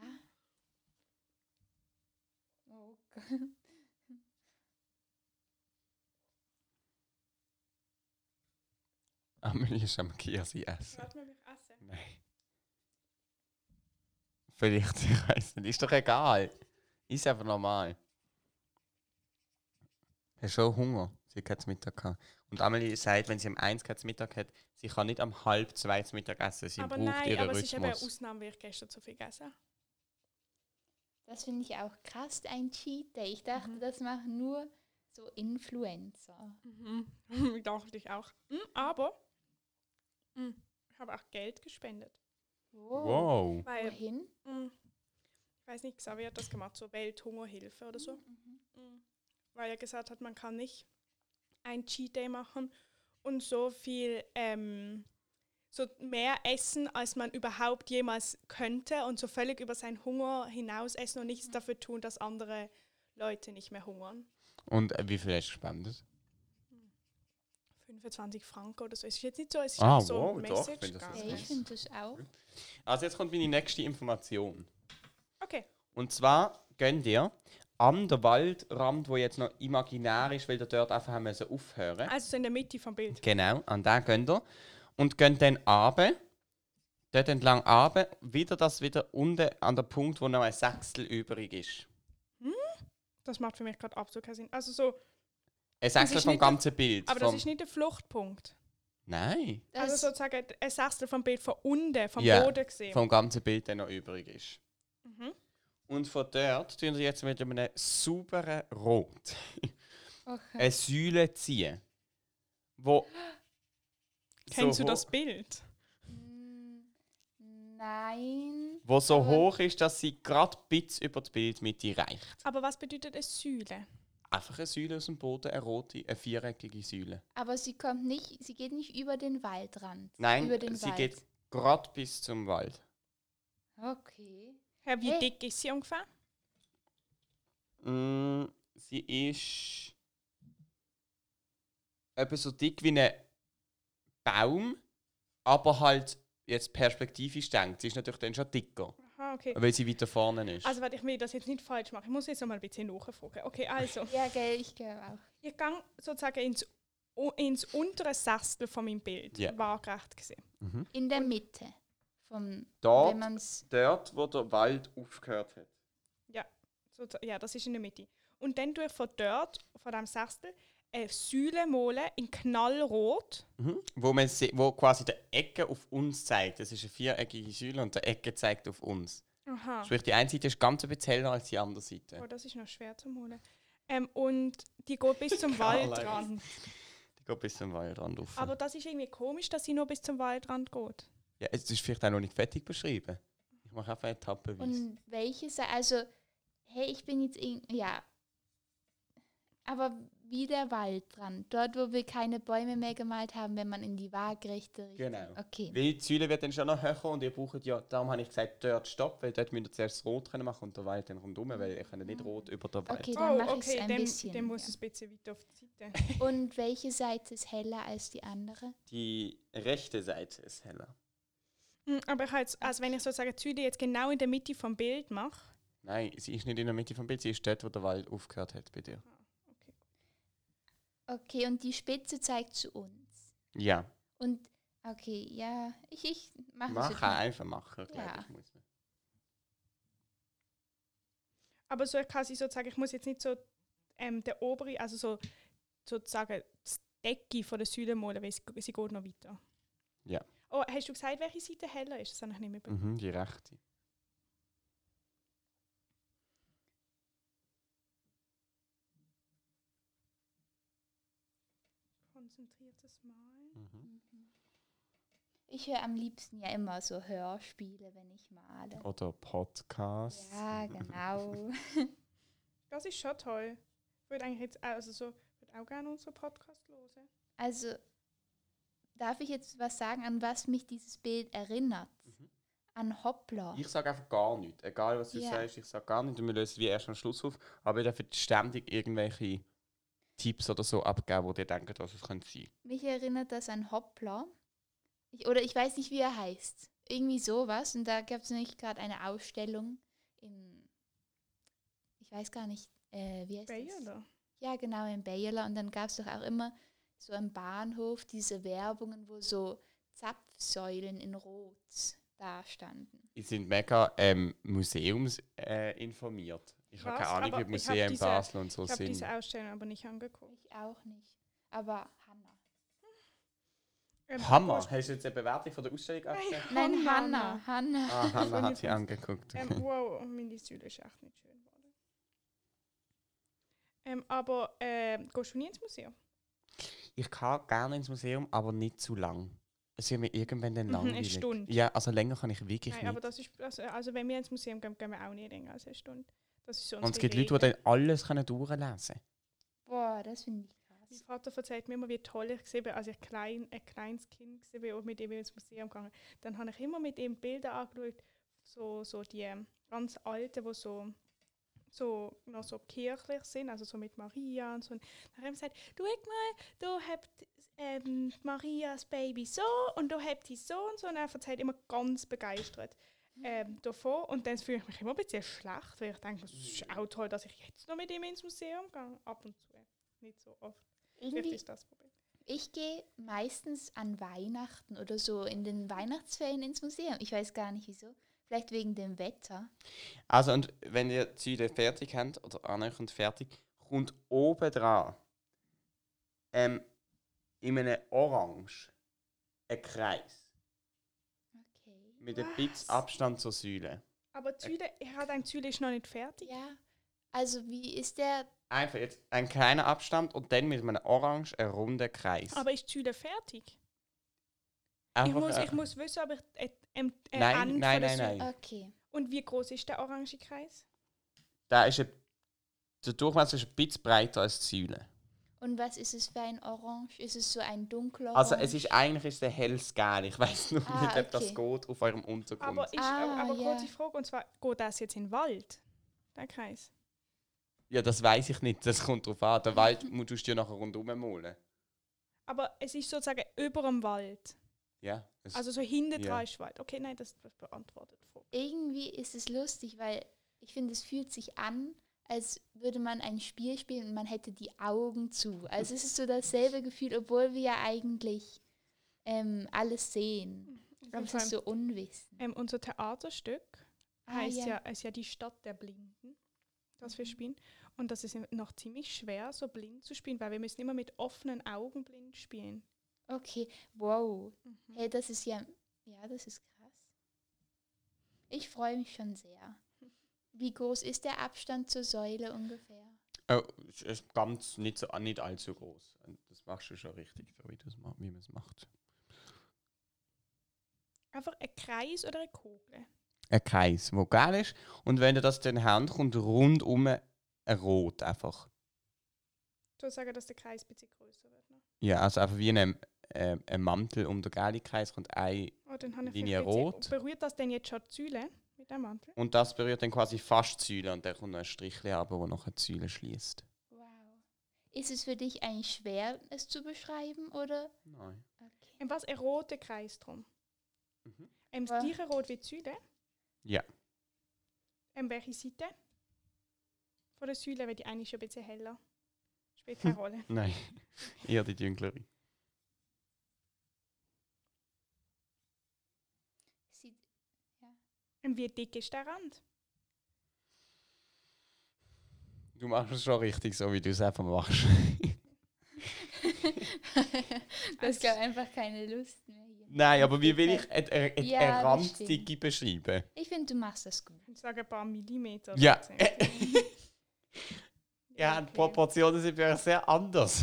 Oh Gott. Amelie ist am Kirsi essen. Warte mal, ich essen. Nein. Vielleicht, ich weiß nicht. Ist doch egal. Ist einfach normal. Hast schon Hunger? Sie hat keinen Mittag gehabt. Und Amelie sagt, wenn sie um eins keinen Mittag hat, sie kann nicht am halb zwei zu Mittag essen. Sie aber braucht nein, ihren aber es ist eben eine Rhythmus. Ausnahme, weil ich gestern zu viel gegessen habe. Das finde ich auch krass, ein Cheat Day. Ich dachte, Mhm. das machen nur so Influencer. Mhm. Dachte ich auch. Mm, Aber mm, ich habe auch Geld gespendet. Wow. Wow. Weil Oh. Wohin? Mm. Ich weiß nicht, Xavier hat das gemacht, so Welthungerhilfe oder so. Mm. Weil er gesagt hat, man kann nicht ein Cheat Day machen und so viel, ähm, so mehr essen, als man überhaupt jemals könnte und so völlig über seinen Hunger hinaus essen und nichts dafür tun, dass andere Leute nicht mehr hungern. Und äh, wie viel hast du gespendet? 25 Franken oder so. Es ist jetzt nicht so, es ist Ah, auch so wow, ein doch, Message. wenn das gar ist Ja, nicht. nice. ich finde das auch. Also jetzt kommt meine nächste Information. Okay. Und zwar gönnt ihr an der Waldrand, wo jetzt noch imaginär ist, weil ihr dort einfach haben müssen aufhören. Also so in der Mitte vom Bild. Genau, an den geht ihr. Und geht dann runter, dort entlang runter, wieder das wieder unten an der Punkt, wo noch ein Sechstel übrig ist. Das macht für mich gerade absolut keinen Sinn. Also so, Ein Sechstel ist vom nicht der- ganzen Bild. aber das vom, ist nicht der Fluchtpunkt. Nein, also Das, sozusagen ein Sechstel vom Bild von unten, vom Ja, Boden gesehen. vom ganzen Bild, der noch übrig ist. mhm. Und von dort tun sie jetzt mit einem sauberen Rot okay. eine Säule ziehen. Wo. Kennst so du das hoch- Bild? Mm, Nein. Wo so Aber- hoch ist, dass sie gerade ein bisschen über die Bildmitte reicht. Aber was bedeutet eine Säule? Einfach eine Säule aus dem Boden, eine rote, eine viereckige Säule. Aber sie kommt nicht, sie geht nicht über den Waldrand. Nein, über den sie Wald. geht gerade bis zum Wald. Okay. Hä, wie Hey. dick ist sie ungefähr? Mm, sie ist etwa so dick wie ein Baum, aber halt jetzt perspektivisch denkt. Sie ist natürlich dann schon dicker, Aha, okay. weil sie weiter vorne ist. Also, wenn ich mir das jetzt nicht falsch mache, ich muss jetzt noch mal ein bisschen nachfragen. Okay, also, Ja, gell, ich glaube auch. ich gehe sozusagen ins, u- ins untere Sechstel von meinem Bild, Ja. waagrecht gesehen. In der Mitte. Vom, Dort? wenn man's, Dort, wo der Wald aufgehört hat. So, ja, das ist in der Mitte. Und dann tue ich von dort, von dem Sechstel, eine Säule malen in knallrot. Wo, man se- wo quasi der Ecke auf uns zeigt. Es ist eine viereckige Säule und der Ecke zeigt auf uns. Aha. Sprich, die eine Seite ist ganz ein bisschen heller als die andere Seite. Oh, das ist noch schwer zu malen. Ähm, und die geht bis zum Karl, Waldrand. Die geht bis zum Waldrand auf. Aber das ist irgendwie komisch, dass sie nur bis zum Waldrand geht. Ja, es ist vielleicht auch noch nicht fertig beschrieben. Ich mache einfach etappenweise. und welche Sa- Also, hey, ich bin jetzt in. Ja. Aber wie der Waldrand. Dort, wo wir keine Bäume mehr gemalt haben, wenn man in die Waagrechte richtet. Genau. Okay. Weil die Säule wird dann schon noch höher und ihr braucht ja, darum habe ich gesagt, dort stopp, weil dort müsst ihr zuerst rot können machen und der Wald dann rundum, weil ihr könnt nicht rot über den Wald. Ah. Okay, dann mache ich es ein Oh, dann, bisschen. dann muss ja. es ein bisschen weiter auf die Seite. Und welche Seite ist heller als die andere? Die rechte Seite ist heller. Mm, Aber ich habe jetzt, also wenn ich sozusagen die Säule jetzt genau in der Mitte vom Bild mache, Nein, sie ist nicht in der Mitte vom Bild, sie ist dort, wo der Wald aufgehört hat bei dir. Okay, und die Spitze zeigt zu uns. Ja, Und, okay, ja, ich, ich mache es jetzt machen, mal. einfach machen, glaube Ja. ich. Muss man. aber so kann ich sozusagen, ich muss jetzt nicht so ähm, der obere, also so sozusagen die Decke von der Säule malen, weil sie, sie geht noch weiter. Ja. Oh, hast du gesagt, welche Seite heller ist? Das habe ich nicht mehr Mhm, die rechte. konzentriertes Malen. Mhm. Mhm. Ich höre am liebsten ja immer so Hörspiele, wenn ich male. Oder Podcast. Ja, genau. Das ist schon toll. Ich würde eigentlich jetzt, also so, würde auch gerne unseren Podcast hören. Also, darf ich jetzt was sagen, an was mich dieses Bild erinnert? An Hoppla. Ich sage einfach gar nichts. Egal, was du Ja. sagst, ich sage gar nichts und wir lösen wie erst am Schluss auf. Aber ihr dürft ständig irgendwelche Tipps oder so abgeben, wo ihr denkt, dass es könnte sein. Mich erinnert das an Hoppla. Ich, oder ich weiß nicht, wie er heißt. Irgendwie sowas. Und da gab es nämlich gerade eine Ausstellung im, ich weiß gar nicht, äh, wie heißt das? Baylor. Ja, genau, in Baylor. Und dann gab es doch auch immer so am Bahnhof diese Werbungen, wo so Zapfsäulen in Rot da standen. Ich sind mega ähm, museumsinformiert. Äh, informiert. ich habe Was? keine Ahnung, Aber wie ich die hab Museen in diese- Basel und so Ich habe sind. diese Ausstellung aber nicht angeguckt. Ich auch nicht. Aber Hanna. Ähm, Hammer! Wow, Hast du jetzt eine Bewertung von der Ausstellung angesehen? Nein, Hanna. Hanna. Hanna. Ah, Hanna Vorhin hat sie fand's- angeguckt. ähm, wow, meine Säule ist echt nicht schön geworden. Ähm, aber äh, gehst du nie ins Museum? Ich kann gerne ins Museum, aber nicht zu lang. Es wird mir irgendwann dann Mhm, eine langweilig. Stunde. Ja, also länger kann ich wirklich Nein, aber nicht. das ist, also, also wenn wir ins Museum gehen, gehen wir auch nicht länger als eine Stunde. Das ist so Und es unsere gibt Leute, die Regel. dann alles können durchlesen können. Boah, das finde ich Mein krass. Vater erzählt mir immer, wie toll ich war, als ich klein, ein kleines Kind war und mit ihm ins Museum gegangen Dann habe ich immer mit ihm Bilder angeschaut, so, so die ähm, ganz alten, die so, so, noch so kirchlich sind, also so mit Maria und so. Und dann habe ich ihm gesagt, du guck mal, da habt ähm, Marias Baby so und da habt ihr so und so. Und er erzählt immer ganz begeistert ähm, davon. Und dann fühle ich mich immer ein bisschen schlecht, weil ich denke, es ist auch toll, dass ich jetzt noch mit ihm ins Museum gehe. Ab und zu. Nicht so oft. Vielleicht Irgendwie, ist das das Problem. ich gehe meistens an Weihnachten oder so in den Weihnachtsferien ins Museum. Ich weiß gar nicht wieso. Vielleicht wegen dem Wetter. Also, und wenn ihr die Säule fertig habt, oder annähernd fertig, kommt oben dran ähm, in einem Orange ein Kreis Okay. mit ein Was? bisschen Abstand zur Säule. Aber die Säule, ich habe gedacht, die Säule ist noch nicht fertig. Ja. Also wie ist der? Einfach jetzt ein kleiner Abstand und dann mit einem Orange ein runder Kreis. Aber ist die Säule fertig? Ich Einfach muss, ein- ich muss wissen, ob ich äh, ähm, äh, Nein, Ende nein, von der nein, Säule- nein. Okay. Und wie groß ist der orange Kreis? Da ist ein, der Durchmesser ist ein bisschen breiter als die Säule. Und was ist es für ein Orange? Ist es so ein dunkler? Oh. Also es ist eigentlich ist es ein helles Gel. Ich weiß nur Ah, nicht, ob das okay. geht auf eurem Untergrund. Aber, ist, Ah, aber ja. kurze Frage, und zwar, geht das jetzt in den Wald? Der Kreis? ja, das weiß ich nicht. Das kommt drauf an. Der Wald mu- tust du ja nachher rundum malen. Aber es ist sozusagen über dem Wald. Ja. Es, Also so hinten Ja. dran ist Wald. Okay, nein, das das beantwortet die Frage. irgendwie ist es lustig, weil ich finde, es fühlt sich an, als würde man ein Spiel spielen und man hätte die Augen zu. Also es ist so dasselbe Gefühl, obwohl wir ja eigentlich ähm, alles sehen. Aber Mhm. es Ähm, Vor ist so unwissen. Ähm, unser Theaterstück Ah, heißt ja. Mhm. ja. ist ja die Stadt der Blinden, das wir spielen. Und das ist im- noch ziemlich schwer, so blind zu spielen, weil wir müssen immer mit offenen Augen blind spielen. Okay, wow. Hey, Mhm. das ist ja, ja, das ist krass. Ich freue mich schon sehr. Wie groß ist der Abstand zur Säule ungefähr? oh, es ist ganz nicht, so, nicht allzu groß. Und Das machst du schon richtig, so wie, du's ma- wie man es macht. Einfach ein Kreis oder eine Kugel. Ein Kreis, wo gel ist. Und wenn du das dann habt, kommt rundum ein Rot einfach. Sozusagen, dass der Kreis ein bisschen größer wird. Ne? Ja, also einfach wie ein, äh, ein Mantel um den gelben Kreis kommt ein Oh, dann habe ich Linie vielleicht rot. jetzt- Berührt das denn jetzt schon die Säule mit dem Mantel? Und das berührt dann quasi fast die Säule und dann kommt noch ein Strichchen runter, wo noch eine Säule schließt. Wow. Ist es für dich eigentlich schwer, es zu beschreiben, oder? Nein. Okay. Und Ähm, was ein roter Kreis drum? Mhm. Ähm, das Ah. gleiche rot wie die Säule? Ja. Ähm, welche Seite? Von der Säule, weil die eine ist ja ein bisschen heller. Spielt keine Rolle. Nein. Eher die dünklere. Sieht Und Ähm, wie dick ist der Rand? Du machst es schon richtig, so wie du es einfach machst. das gab einfach keine Lust mehr hier. Nein, aber wie will ich eine, eine, eine Ja, das Randdicke beschreiben? Ich finde, du machst das gut. Ich sage ein paar Millimeter. Ja. Äh, oder so. Ja, die Proportionen sind bei euch sehr anders.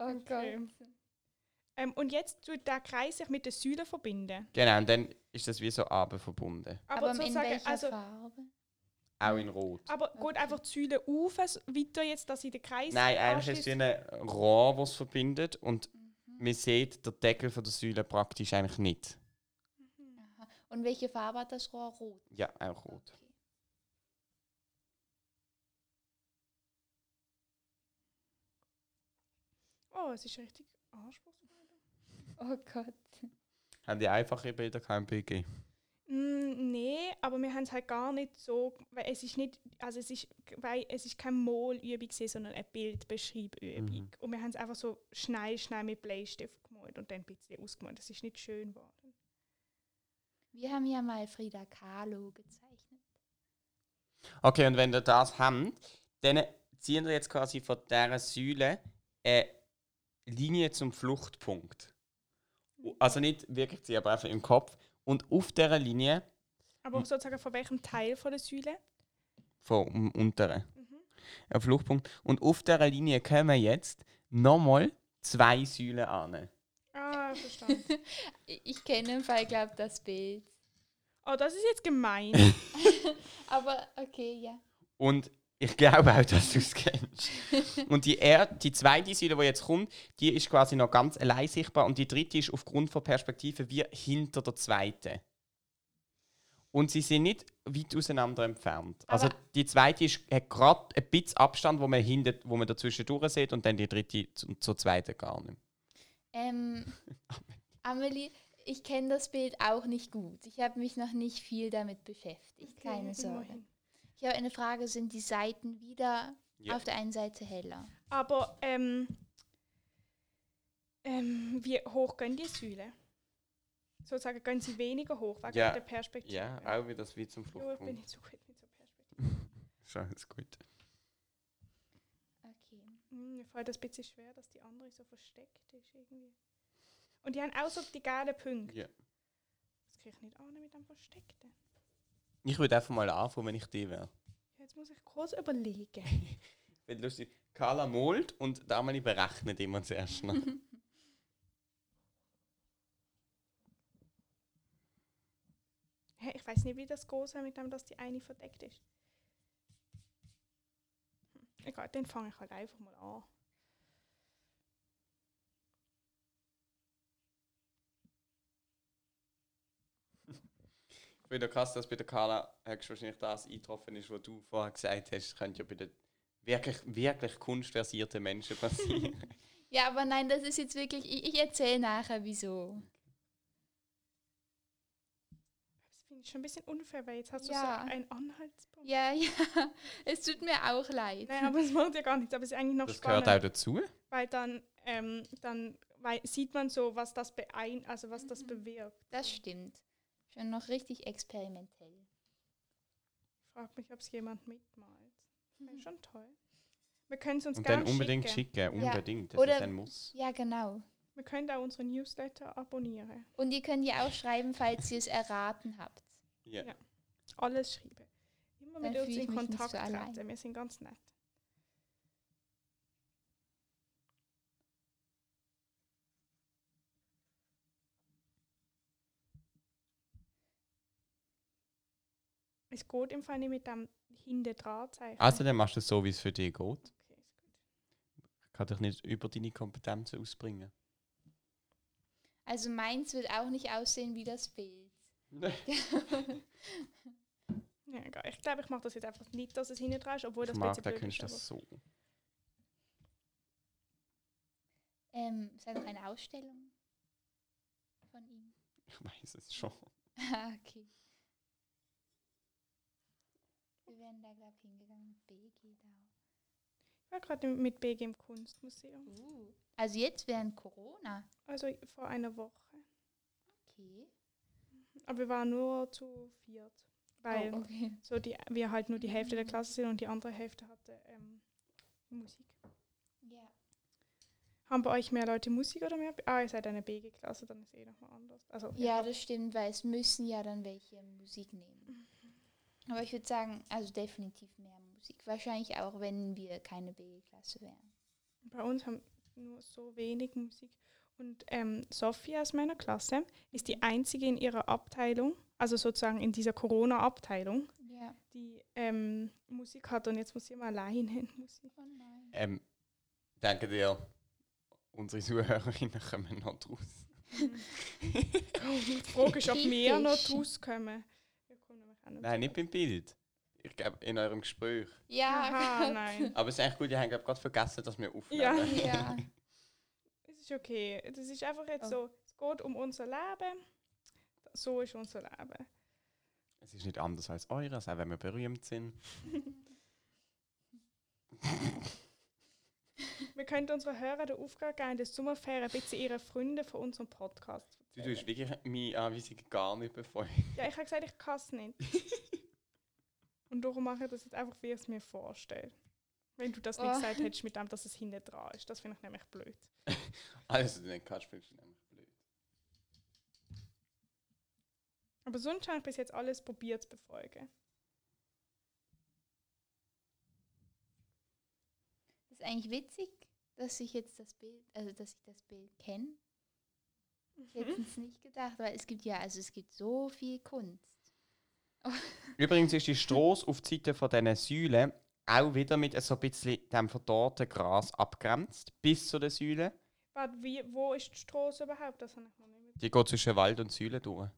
Oh Okay. Gott. Ähm, und jetzt tut der Kreis sich mit der Säule verbinden. genau, und dann ist das wie so abend verbunden. Aber, Aber, in sozusagen, welcher also, Farbe? Auch in Rot. aber geht Okay. einfach die Säule auf so weiter jetzt, dass sie den Kreis Nein, eigentlich ist es wie anschliesst? ein Rohr, das es verbindet und man sieht den Deckel von der Säule praktisch eigentlich nicht. Aha. Und welche Farbe hat das Rohr? Rot. Ja, auch rot. Okay. Oh, es ist richtig anspruchsvoll. Oh Gott. Haben die einfache Bilder kein BG? Mm, nee, aber wir haben es halt gar nicht so, g- weil es ist nicht, also es ist, g- weil es ist keine Malübung gewesen, sondern eine Bildbeschreibübung. Mhm. Und wir haben es einfach so schnell, schnell mit Bleistift gemalt und dann ein bisschen ausgemalt. Das ist nicht schön geworden. Wir haben ja mal Frida Kahlo gezeichnet. Okay, und wenn ihr das habt, dann ziehen wir jetzt quasi von dieser Säule eine Linie zum Fluchtpunkt. Also nicht wirklich ziehen, aber einfach im Kopf. Und auf dieser Linie Hm. Aber sozusagen von welchem Teil von der Säule? vom um, unteren ein Fluchtpunkt. Und auf dieser Linie kommen jetzt nochmal zwei Säulen an. Ah, verstanden. Ich, ich kenne im Fall, glaube das Bild. oh, das ist jetzt gemein. Aber okay, ja. Und ich glaube auch, dass du es kennst. Und die, er die zweite Säule, die jetzt kommt, die ist quasi noch ganz allein sichtbar. Und die dritte ist aufgrund von Perspektive wie hinter der zweiten. Und sie sind nicht weit auseinander entfernt. Also Aber- die zweite ist, hat gerade ein bisschen Abstand, wo man, hinten, wo man dazwischen durch sieht und dann die dritte zu, zur zweiten gar nicht. Ähm, Amelie, ich kenne das Bild auch nicht gut. Ich habe mich noch nicht viel damit beschäftigt. Keine Sorge. immerhin. Ich habe eine Frage, sind die Seiten wieder Ja. auf der einen Seite heller? Aber ähm, ähm, wie hoch gehen die Säulen? Sozusagen gehen sie weniger hoch wegen Ja. der Perspektive. auch wieder das wie zum Nur bin ich so gut mit so Perspektive. Schon, ist gut. Okay. Hm, Mir fällt das ein bisschen schwer, dass die andere so versteckt ist irgendwie. Und die haben auch so die gelben Punkte. Ja. Das kriege ich nicht an mit dem Versteckten. Ich würde einfach mal anfangen, wenn ich die wäre. Jetzt muss ich kurz überlegen. Wenn lustig. Carla malt und da mal berechnet immer zuerst. noch. Hä, ich weiß nicht, wie das groß ist, mit dem, dass die eine verdeckt ist. Hm, Egal, den fange ich halt einfach mal an. Ich finde auch krass, dass bei der Carla höchstwahrscheinlich das eingetroffen ist, was du vorher gesagt hast. Das könnte ja bei den wirklich, wirklich kunstversierten Menschen passieren. Ja, aber nein, das ist jetzt wirklich. Ich, ich erzähle nachher, wieso. Das finde ich schon ein bisschen unfair, weil jetzt hast Ja. du so einen Anhaltspunkt. Ja, ja. Es tut mir auch leid. Nein, aber es macht ja gar nichts, aber es ist eigentlich noch das spannend. gehört halt- auch dazu. Weil dann, ähm, dann wei- sieht man so, was das beein also was das bewirkt. Mhm. Das stimmt. Schon noch richtig experimentell. Ich frage mich, ob es jemand mitmalt. Das Mhm. wäre schon toll. Wir können es uns Und gerne dann unbedingt schicken. schicken, unbedingt. Das Oder- ist ein Muss. Ja, genau. Wir können auch unsere Newsletter abonnieren. Und ihr könnt ja auch schreiben, falls ihr es erraten habt. Ja. Ja. Alles schreiben. Immer mit Dann uns fühle ich in mich nicht Kontakt so allein. treten. Wir sind ganz nett. Es geht im Fall nicht mit dem hinten dran zeichnen. Also dann machst du es so, wie es für dich geht. Okay, ist gut. Ich kann dich nicht über deine Kompetenzen ausbringen. Also meins wird auch nicht aussehen wie das Bild. Oh, Ja, egal. Ich glaube, ich mache das jetzt einfach nicht, dass es hinten dran ist, obwohl Ich das mag den blöd ist, Künstler aber- so. Ähm, ist da noch eine Ausstellung von ihm? Ich weiß es schon. Ah, okay. Wir wären da, glaube ich, hingegangen. BG da. Ich war gerade mit BG im Kunstmuseum. Uh. Also jetzt während Corona. Also vor einer Woche. Okay. Aber wir waren nur zu viert. Weil Oh, okay. so die, wir halt nur die Hälfte der Mhm. Klasse sind und die andere Hälfte hatte ähm, Musik. Ja. Haben bei euch mehr Leute Musik oder mehr? B- Ah, ihr seid eine BG-Klasse, dann ist eh nochmal anders. Also, ja, das stimmt, weil es müssen ja dann welche Musik nehmen. Mhm. Aber ich würde sagen, also definitiv mehr Musik. Wahrscheinlich auch, wenn wir keine BG-Klasse wären. Bei uns haben nur so wenig Musik. Und ähm, Sophie aus meiner Klasse ist die einzige in ihrer Abteilung, also sozusagen in dieser Corona-Abteilung, Ja. die ähm, Musik hat und jetzt muss sie immer allein hin. Musik. Oh nein. Ähm, denke dir, unsere Zuhörerinnen kommen noch draus. Die Frage ist, ob wir noch Typisch. rauskommen. Wir kommen nämlich auch noch Nein, nicht raus. beim Bild. Ich glaube, in eurem Gespräch. Ja. Aha, nein. Aber es ist eigentlich gut, ihr habt glaub gerade vergessen, dass wir aufnehmen. Ja. ja. Es ist okay. Das ist einfach jetzt Oh. so, es geht um unser Leben. So ist unser Leben. Es ist nicht anders als eures, auch wenn wir berühmt sind. Wir könnten unseren Hörern den Auftrag geben, in der Sommerferien ein bisschen ihre Freunde von unserem Podcast zu Du tust erzählen. wirklich meine Anweisung gar nicht befolgen. Ja, ich habe gesagt, ich kann es nicht. Und darum mache ich das jetzt einfach, wie ich es mir vorstelle. Wenn du das nicht Oh. gesagt hättest mit dem, dass es hinten dran ist. Das finde ich nämlich blöd. Alles, was Also, du nicht kannst, findest du nämlich blöd. Aber sonst habe ich bis jetzt alles probiert zu befolgen. Das ist eigentlich witzig, dass ich jetzt das Bild, also dass ich das Bild kenne. Ich hätte es nicht gedacht, weil es gibt ja, also es gibt so viel Kunst. Übrigens ist die Strasse auf die Seite von diesen Säulen auch wieder mit so ein bisschen dem verdorrten Gras abgrenzt, bis zu den Säulen. Warte, wie, wo ist die Straße überhaupt? Das habe ich noch nicht mit. Die geht zwischen Wald und Säule durch.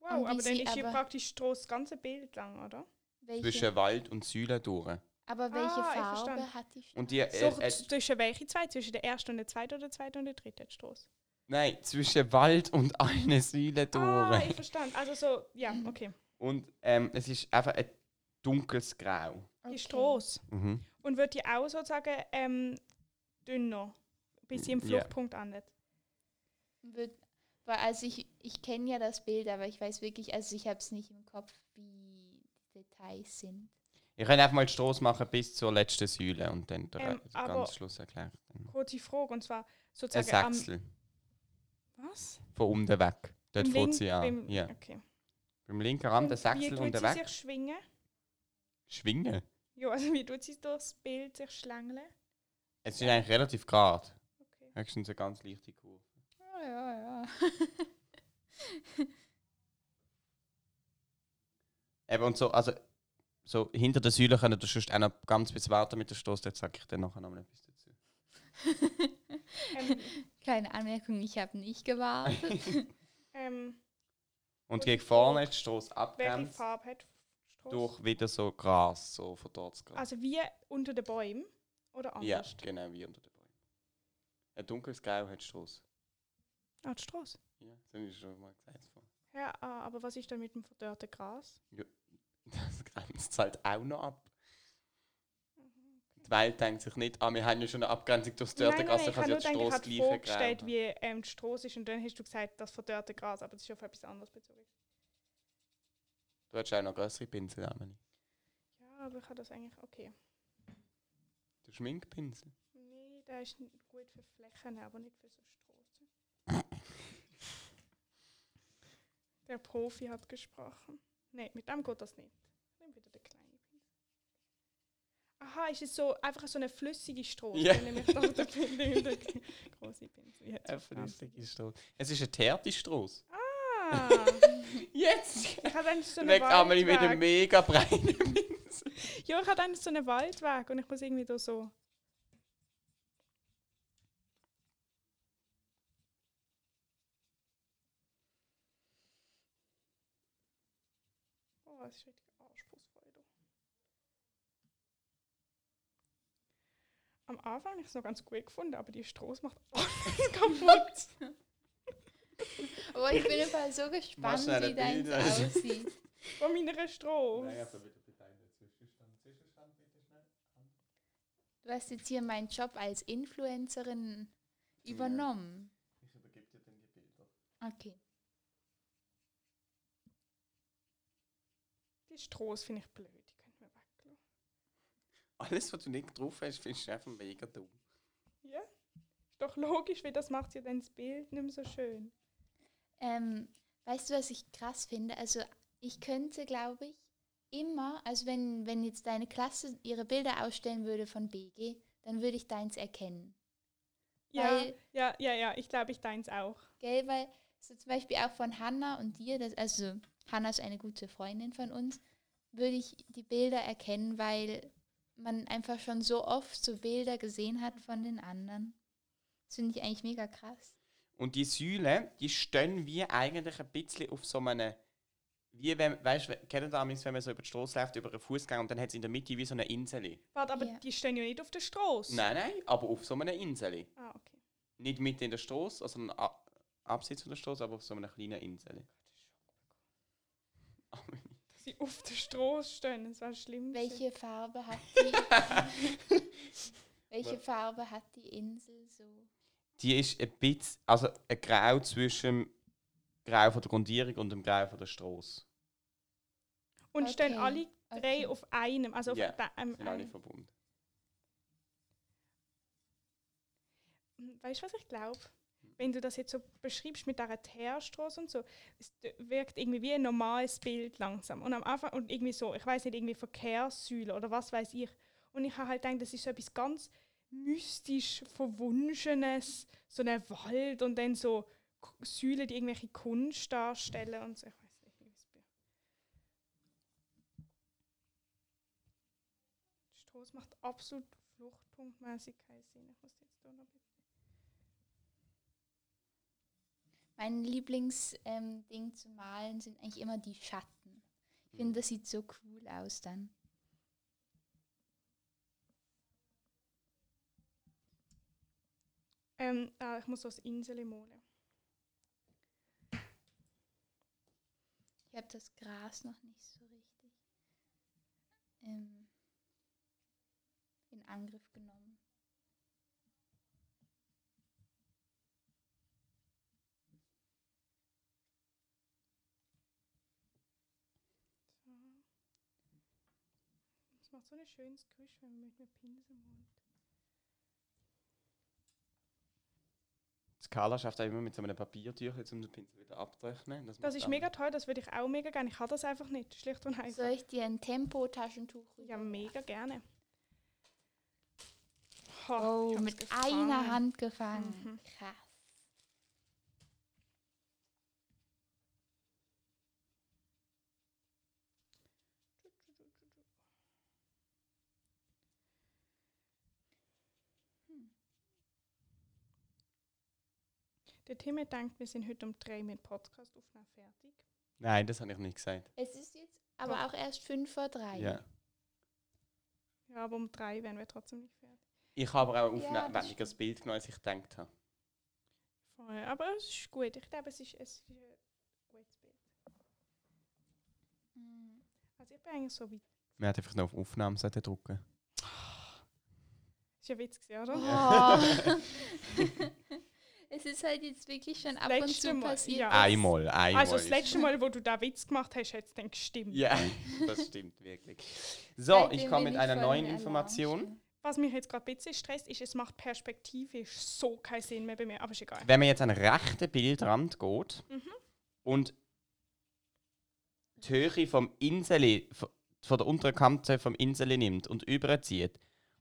Wow, Und aber wie dann sie ist hier aber- praktisch das ganze Bild lang, oder? Welche, Zwischen Wald und Säule durch. aber welche Ah, ich verstand. Farbe hat die Stadt? Und die, äh, so, äh, zwischen welchen zwei? Zwischen der ersten und der zweiten oder der zweiten und der dritten Straße? nein, zwischen Wald und eine Säule durch. Ah, ich verstand. Also so, ja, okay. Und ähm, es ist einfach ein dunkles Grau. Die Okay. Straße. Mhm. Und wird die auch sozusagen ähm, dünner, bis sie im Ja. Fluchtpunkt endet? Wird, weil also ich, ich kenne ja das Bild, aber ich weiß wirklich, also ich habe es nicht im Kopf, wie die Details sind. Ihr könnt einfach mal die Straße machen bis zur letzten Säule und dann den Ähm, Re- den aber- ganzen Schluss erklären. Kurze Frage, und zwar Ein sozusagen am... Sechstel. Was? Von unten weg. Dort Im fängt Link- sie an. beim- Ja. Okay. Beim linken Rand ein Und Sechstel Wie und ein tut sie Weg. sich schwingen? Schwingen. Ja, also wie tut sie durchs Bild sich schlängeln? Es ist eigentlich relativ gerade. Okay. Höchstens eine ganz leichte Kurve. Ja, ja, ja. Eben und so, also so hinter der Säule können ihr sonst auch noch ganz bisschen warten mit der Stoß, dort sage ich dann nachher noch mal etwas dazu. Ähm, Kleine Anmerkung, ich habe nicht gewartet. ähm, Und gegen vorne ist die Stoß welche abgrenzt Farbe hat die Straße? durch wieder so Gras, so von dort zu Gras. Also wie unter den Bäumen? Oder ja, Also, anders? genau, wie unter der Bäume. Ein dunkles Grau hat die Stoß. Ah, die Straße. Ja, das haben wir schon mal gesagt. vorhin. Ja, ah, aber was ist denn mit dem verdörrten Gras? Das grenzt halt auch noch ab. Die Welt denkt sich nicht, ah, wir haben ja schon eine Abgrenzung durch das Mhm, nein, nein, Dörtergasse, ich habe nur also kann gedacht, ich ja habe die mir Straße gleich vorgestellt, grau. wie ähm, die Straße ist und dann hast du gesagt, das verdörrte Gras, aber das ist auf etwas anderes bezogen. Du hast auch noch größere Pinsel, Amelie. Ja, aber ich habe das eigentlich, okay. Der Schminkpinsel. Nee, der ist n- gut für Flächen, aber nicht für so Straßen. der Profi hat gesprochen. Nee, mit dem geht das nicht. Nimm wieder den kleinen Pinsel. Aha, ist es so einfach so eine flüssige Straße? Ja. Dann nehme ich doch den Pinsel und den großen Pinsel. Jetzt Eine verpasst ich. flüssige Straße. Es ist eine Tertistraße. Ah, Jetzt! ich habe eigentlich so einen Weg Amelie mit einem Waldweg. mega breiten Pinsel. Ja, ich habe eigentlich so einen Waldweg und ich muss irgendwie da so... Oh, das ist richtig anspruchsvoll. da. Am Anfang habe ich es noch ganz gut gefunden, aber die Straße macht alles kaputt. Aber ich bin immer so gespannt, schnell wie ein dein Bild, also. aussieht. Von meiner Straße. bitte, bitte einen Zwischenstand. Zwischenstand bitte schnell. Du hast jetzt hier meinen Job als Influencerin übernommen. Ich übergebe dir dann die Bilder. Okay. Die Straße finde ich blöd, die können wir weglassen. Alles, was du nicht drauf hast, findest du einfach mega dumm. Ja? Ist doch logisch, weil das macht ja dann das Bild nicht mehr so schön. Ähm, weißt du, was ich krass finde? Also ich könnte, glaube ich, immer, also wenn, wenn jetzt deine Klasse ihre Bilder ausstellen würde von BG, dann würde ich deins erkennen. Ja, Weil- ja, ja, ja, ich glaube, ich deins auch. Gell? Weil so zum Beispiel auch von Hanna und dir, das, also Hanna ist eine gute Freundin von uns, würde ich die Bilder erkennen, weil man einfach schon so oft so Bilder gesehen hat von den anderen. Das finde ich eigentlich mega krass. Und die Säulen, die stehen wie eigentlich ein bisschen auf so einem. Wie wenn, weißt du, kennt ihr damals, wenn man so über die Straße läuft, über einen Fußgänger und dann hat es in der Mitte wie so eine Insel. Warte, aber Ja. die stehen ja nicht auf der Straße. Nein, nein, aber auf so einer Insel. Ah, okay. Nicht mitten in der Straße, also ein A- abseits von der Straße, aber auf so einer kleinen Insel. Dass sie auf der Straße stehen, das war schlimm. Welche Farbe hat die? welche Farbe hat die Insel so? Die ist ein bisschen, also ein Grau zwischen dem Grau von der Grundierung und dem Grau von der Straße. Und stehen Okay, alle drei okay. auf einem, also auf Ja, da- einem. Sind alle verbunden. einem- weißt du, was ich glaube? Wenn du das jetzt so beschreibst mit dieser Teerstraße und so, es d- wirkt irgendwie wie ein normales Bild langsam. Und am Anfang, und irgendwie so, ich weiß nicht, irgendwie Verkehrssäule oder was weiß ich. Und ich habe halt gedacht, das ist so etwas ganz mystisch Verwunschenes, so ein Wald und dann so K- Säulen, die irgendwelche Kunst darstellen und so. Ich weiß nicht, wie es bin. Die Straße macht absolut fluchtpunktmäßig keinen Sinn. Ich muss jetzt da noch ein bisschen Mein Lieblingsding ähm, Ding zu malen sind eigentlich immer die Schatten. Hm. Ich finde, das sieht so cool aus dann. Ähm, ah, ich muss aus Insel malen. Ich habe das Gras noch nicht so richtig ähm, in Angriff genommen. Mhm. Das macht so ein schönes Geräusch, wenn man mit einem Pinsel malt. Skala schafft auch immer mit so einem Papiertüchel, um den Pinsel wieder abzurechnen. Das macht ist auch- mega toll, das würde ich auch mega gerne. Ich habe das einfach nicht, schlicht und Soll einfach. ich dir ein Tempo-Taschentuch Ja, rüber- mega gerne. Ho, ich Oh, hab's mit gefangen. einer Hand gefangen. Mhm. Krass. Der Timmy denkt, wir sind heute um drei mit Podcast aufnehmen fertig. Nein, das habe ich nicht gesagt. Es ist jetzt aber auch erst 5 vor 3. Ja. Ja, aber um drei wären wir trotzdem nicht fertig. Ich habe aber auch Ja, aufwendiger das das Bild genommen, als ich gedacht habe. Voll. Aber es ist gut. Ich glaube, es ist, es ist ein gutes Bild. Mhm. Also ich bin eigentlich so weit. Man hat einfach noch auf Aufnahme sollten drücken Ist ja witzig, oder? Oh. es ist halt jetzt wirklich schon ab und letzte zu Mal, passiert. ja. dass- Ah, Einmal, einmal. Also das ist- letzte Mal, wo du da Witz gemacht hast, hat es dann gestimmt. Ja, das stimmt wirklich. So, ich Seitdem komme mit bin ich einer voll neuen in der Information. Alarmstufe. Was mich jetzt gerade ein bisschen stresst, ist, es macht perspektivisch so keinen Sinn mehr bei mir. Aber ist egal. Wenn man jetzt an den rechten Bildrand geht Mhm. und die Höhe vom Inseli, v- von der unteren Kante vom Inseli nimmt und überzieht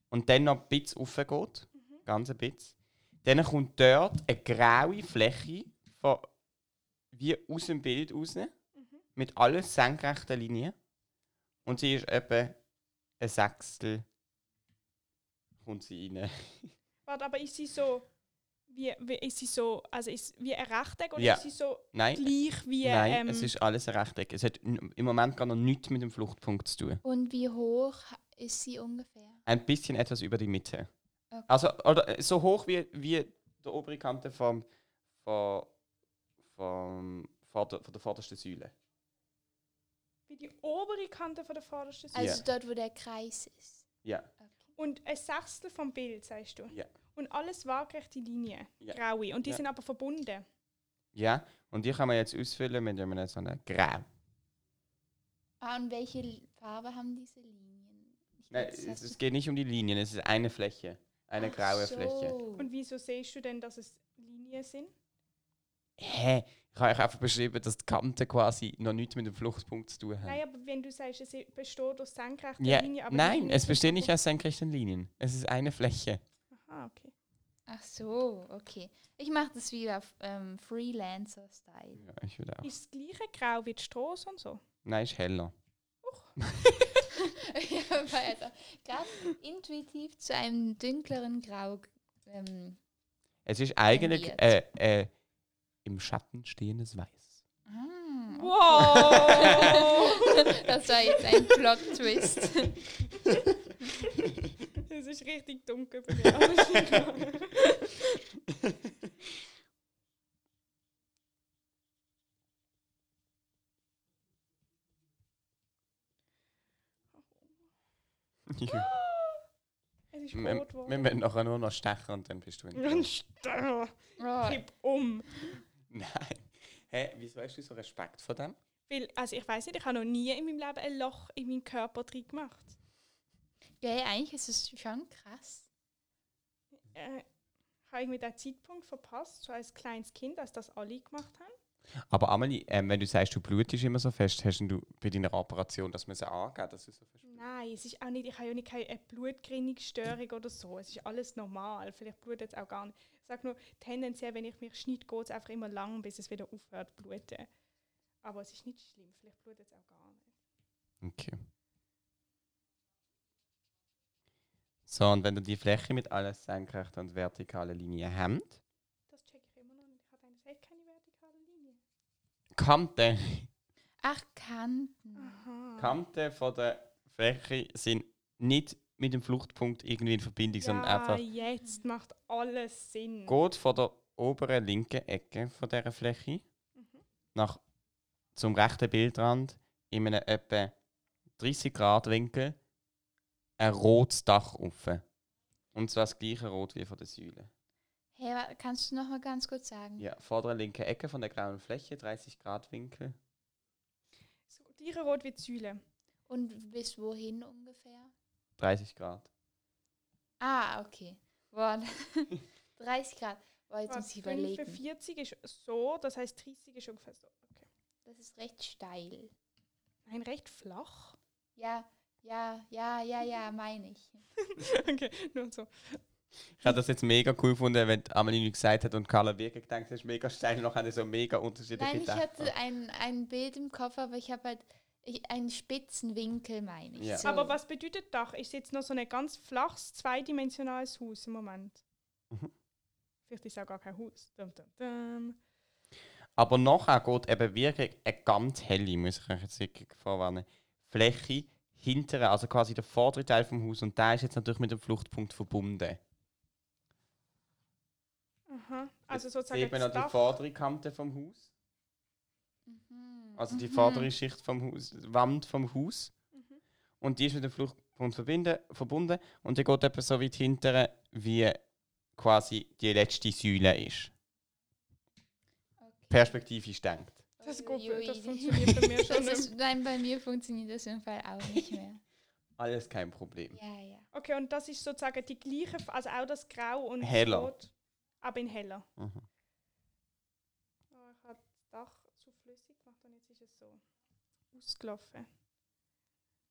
und dann noch ein bisschen raufgeht, ganz ein bisschen, dann kommt dort eine graue Fläche von, wie aus dem Bild raus, Mhm. mit alles senkrechten Linien und sie ist etwa ein Sechstel kommt sie rein. Warte, aber ist sie so... Wie, wie ist sie so... Also ist wie ein Rechteck oder Ja. ist sie so Nein, gleich wie... Nein, ähm, es ist alles ein Rechteck. Es hat n- im Moment gar noch nichts mit dem Fluchtpunkt zu tun. Und wie hoch ist sie ungefähr? Ein bisschen etwas über die Mitte. Okay. Also oder äh, so hoch wie, wie die obere Kante vom, vom, vom, vorder, von der vordersten Säule. wie die obere Kante von der vordersten Seite. Also dort, wo der Kreis ist. Ja. Und ein Sechstel vom Bild, sagst du? Ja. Und alles waagrechte Linien, Ja. graue. Und die Ja. sind aber verbunden. Ja, und die kann man jetzt ausfüllen mit einem so einem Grau. Ah, und welche L- Farbe haben diese Linien? Ich glaub, Nein, das es, hast es du- geht nicht um die Linien, es ist eine Fläche. Eine Ach graue so. Fläche. Und wieso siehst du denn, dass es Linien sind? Hä? Ich habe euch einfach beschrieben, dass die Kanten quasi noch nichts mit dem Fluchtpunkt zu tun haben. Nein, aber wenn du sagst, es besteht aus senkrechten Ja, Linien, aber die nein, sind es nicht besteht nicht verbunden. aus senkrechten Linien. Es ist eine Fläche. Aha, okay. Ach so, okay. Ich mache das wieder auf ähm, Freelancer-Style. Ja, ich würde auch. Ist das gleiche Grau wie die Straße und so? Nein, ist heller. Ich war also ganz intuitiv zu einem dünkleren Grau. g- Ähm, Es ist eigentlich äh, Tendiert. äh, im Schatten stehendes Weiß. ah, Wow! Oh. das war jetzt ein Plot-Twist. Es ist richtig dunkel bei mir. aber ist egal. es ist wir, rot wir geworden. müssen nachher nur noch stechen und dann bist du in der Und Schule. starr, Oh, kipp um. Nein. Hä, wieso hast du so Respekt vor dem? Weil, also ich weiß nicht, ich habe noch nie in meinem Leben ein Loch in meinen Körper drin gemacht. Gell, eigentlich ist es schon krass. Äh, habe ich mir den Zeitpunkt verpasst, so als kleines Kind, als das alle gemacht haben? Aber Amelie, ähm, wenn du sagst, du blutest immer so fest, hast denn du bei deiner Operation das müssen angeben, dass du so fest blutest? Nein, es ist auch nicht, ich habe ja nicht keine äh, Blutgerinnungsstörung oder so. Es ist alles normal. Vielleicht blutet es auch gar nicht. Ich sage nur, tendenziell, wenn ich mich schneide, geht es einfach immer lang, bis es wieder aufhört zu bluten. Aber es ist nicht schlimm. Vielleicht blutet es auch gar nicht. Okay. So, und wenn du die Fläche mit alles senkrechten und vertikalen Linien habt, Das checke ich immer noch nicht. Ich habe eigentlich Es hat keine vertikale Linie. Kanten. Mhm. Ach, Kanten. Aha. Kanten von der Fläche sind nicht mit dem Fluchtpunkt irgendwie in Verbindung, sondern ja, einfach jetzt macht alles Sinn. geht von der oberen linken Ecke von dieser Fläche Mhm. nach zum rechten Bildrand in einem etwa 30 Grad Winkel ein rotes Dach auf. Und zwar das gleiche Rot wie von der Säule. Hey, wa- kannst du noch mal ganz kurz sagen? Ja, vordere linke Ecke von der grauen Fläche, 30 Grad Winkel. So, Tiere rot wie die Säule. Und bis wohin ungefähr? 30 Grad. Ah, okay. Boah, 30 Grad. Boah, jetzt muss ich überlegen. 45 ist so, das heißt 30 ist ungefähr so. Okay. Das ist recht steil. Nein, recht flach. Ja, ja, ja, ja, ja, meine ich. okay, nur so. Ich habe das jetzt mega cool gefunden, wenn die Amelie nichts gesagt hat und Carla wirklich gedacht hat, mega steil, noch eine so mega unterschiedliche Nein, ich Dächer. hatte ein, ein Bild im Kopf, aber ich habe halt ich, einen spitzen Winkel, meine ich. Ja. So. Aber was bedeutet Dach? Ist jetzt noch so ein ganz flaches, zweidimensionales Haus im Moment? Mhm. Vielleicht ist es auch gar kein Haus. Dum, dum, dum. Aber nachher geht eben wirklich eine ganz helle, muss ich euch jetzt wirklich vorwarnen, Fläche hintere, also quasi der vordere Teil vom Haus und der ist jetzt natürlich mit dem Fluchtpunkt verbunden. Aha. Also Jetzt sozusagen sieht man noch das die Dach. vordere Kante vom Haus, Mhm. also die Mhm. vordere Schicht vom Haus, Wand vom Haus Mhm. und die ist mit dem Fluchtpunkt verbinden, verbunden und die geht etwa so weit hintere, wie quasi die letzte Säule ist. Okay. Perspektivisch denkt. Das, ist gut, Uiuiui. das funktioniert bei mir schon Das nicht. ist, nein, bei mir funktioniert das im Fall auch nicht mehr. Alles kein Problem. Ja, ja. Okay, und das ist sozusagen die gleiche, F- also auch das Grau und das Heller. Rot, aber in heller. Mhm. Ah, ich habe das Dach zu flüssig gemacht und jetzt ist es so ausgelaufen.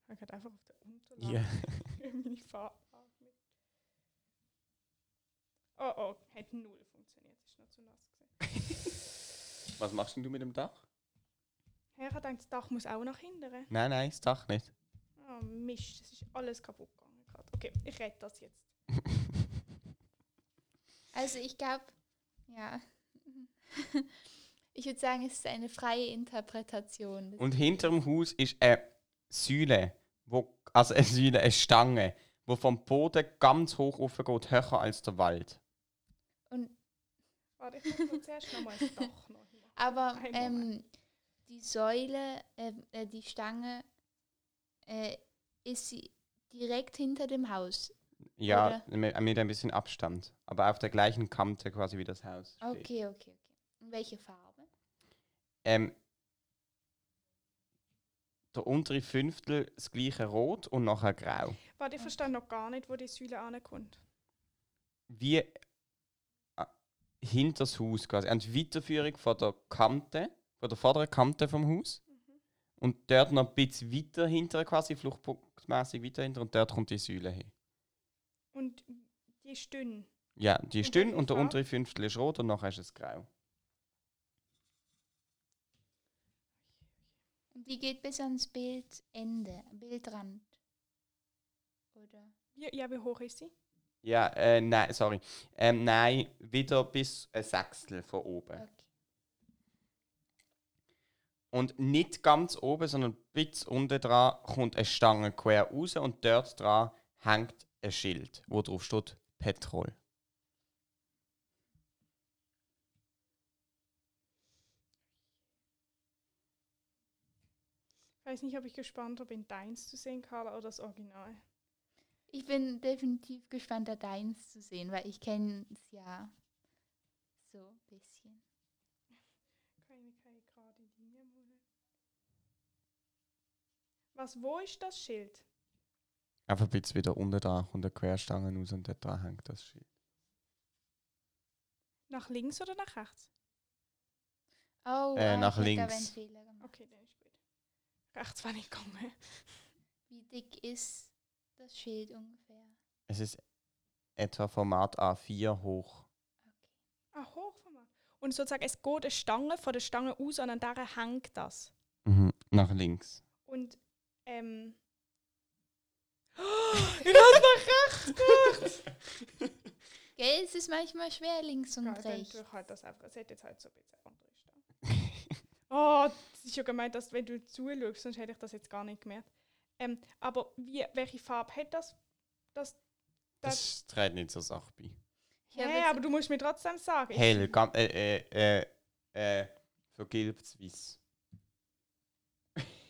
Ich habe gerade einfach auf der Unterlage Ja. meine Farbe mit. Oh oh, hat null funktioniert, ist noch zu nass gewesen. Was machst denn du mit dem Dach? Hey, ich habe gedacht, das Dach muss auch nach hinten. Nein, nein, das Dach nicht. Oh Mist, das ist alles kaputt gegangen gerade. Okay, ich rette das jetzt. Also ich glaube, ja. Ich würde sagen, es ist eine freie Interpretation. des Und Bildes. hinterm Haus ist eine Säule, wo, also eine Säule, eine Stange, wo vom Boden ganz hoch offen geht, höher als der Wald. Und, Warte, ich muss noch zuerst nochmal das Dach noch hin. aber Ein ähm, die Säule, äh, äh, die Stange, äh, ist sie direkt hinter dem Haus. Ja, mit, mit ein bisschen Abstand. Aber auf der gleichen Kante quasi wie das Haus. Steht. Okay, okay, okay. Und welche Farbe? Ähm, der untere Fünftel das gleiche Rot und nachher Grau. Warte, ich verstehe noch gar nicht, wo die Säule ankommt. Wie äh, hinter das Haus quasi. Eine Weiterführung von der Kante, von der vorderen Kante vom Haus. Und dort noch ein bisschen weiter hinter, quasi fluchtpunktmäßig weiter hinter, und dort kommt die Säule hin. Und die ist dünn. Ja, die ist Und welche dünn und der Farbe? untere Fünftel ist rot und nachher ist es grau. Und die geht bis ans Bildende, Bildrand. Oder? Wie, ja, wie hoch ist sie? Ja, äh, nein, sorry. Ähm, nein, wieder bis ein Sechstel von oben. Okay. Und nicht ganz oben, sondern ein bisschen unten dran kommt eine Stange quer raus und dort dran hängt ein Schild, wo drauf steht Petrol. Ich weiß nicht, ob ich gespannt bin, deins zu sehen, Carla, oder das Original. Ich bin definitiv gespannt, da deins zu sehen, weil ich kenne es ja so ein bisschen. Keine, keine gerade Linie. Mona. Was, wo ist das Schild? Einfach ein bisschen wieder unten dran kommt eine Querstange raus und dort dran hängt das Schild. Nach links oder nach rechts? Oh, Äh, ah, nach ich habe einen links. Fehler gemacht. Okay, dann ist gut. Rechts war nicht gegangen. Wie dick ist das Schild ungefähr? Es ist etwa Format A4 hoch. Ah, hoch. schau mal. Und sozusagen, es geht eine Stange von der Stange aus und an der hängt das. Mhm. Nach links. Und, ähm. ich hab's nach rechts gemacht! Gell, es ist manchmal schwer, links und Ja, dann rechts. tue ich halt das einfach. Es hat jetzt halt so ein bisschen anders da. Oh, das ist ja gemeint, dass wenn du zuschaust, sonst hätte ich das jetzt gar nicht gemerkt. Ähm, aber wie, welche Farbe hat das? das, das, Das trägt nicht zur Sache bei. Ich habe Hä, jetzt- aber du musst mir trotzdem sagen. Ich- Hell, gam, äh, äh, äh, äh, vergilbtes Weiß.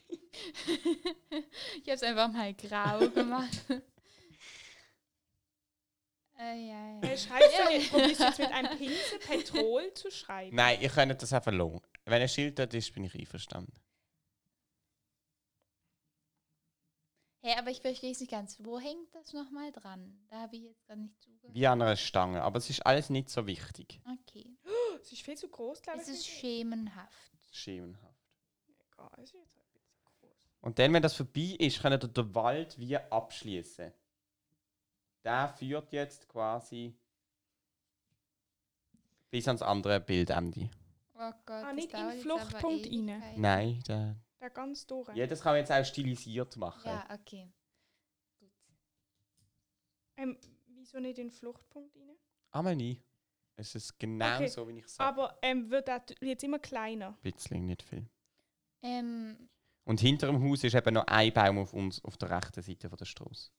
ich habe es einfach mal grau gemacht. äh, ja, ja. Hey, schreibst du nicht, probierst du jetzt mit einem Pinsel Petrol zu schreiben? Nein, ihr könnt das einfach lassen. Wenn ein Schild dort ist, bin ich einverstanden. Hey, aber ich verstehe es nicht ganz. Wo hängt das nochmal dran? Da habe ich jetzt gar nicht zugehört. Wie an einer Stange. Aber es ist alles nicht so wichtig. Okay. Es ist viel zu groß, glaube ich. Es ist für die- schemenhaft. Schemenhaft. Egal, es ist jetzt halt ein bisschen groß. Und dann, wenn das vorbei ist, könnt ihr den Wald wie abschließen. Der führt jetzt quasi bis ans andere Bildende. Oh Gott, Ah, das nicht in dauert jetzt Fluchtpunkt aber rein. Ewigkeiten. Nein, der. Da ganz durch. Ja, das kann man jetzt auch stilisiert machen. Ja, okay. Ähm, wieso nicht in den Fluchtpunkt rein? Amelie, es ist genau Okay, so, wie ich sage. Aber ähm, wird das jetzt immer kleiner. Ein bisschen, nicht viel. Ähm, Und hinter dem Haus ist eben noch ein Baum auf uns, auf der rechten Seite von der Straße.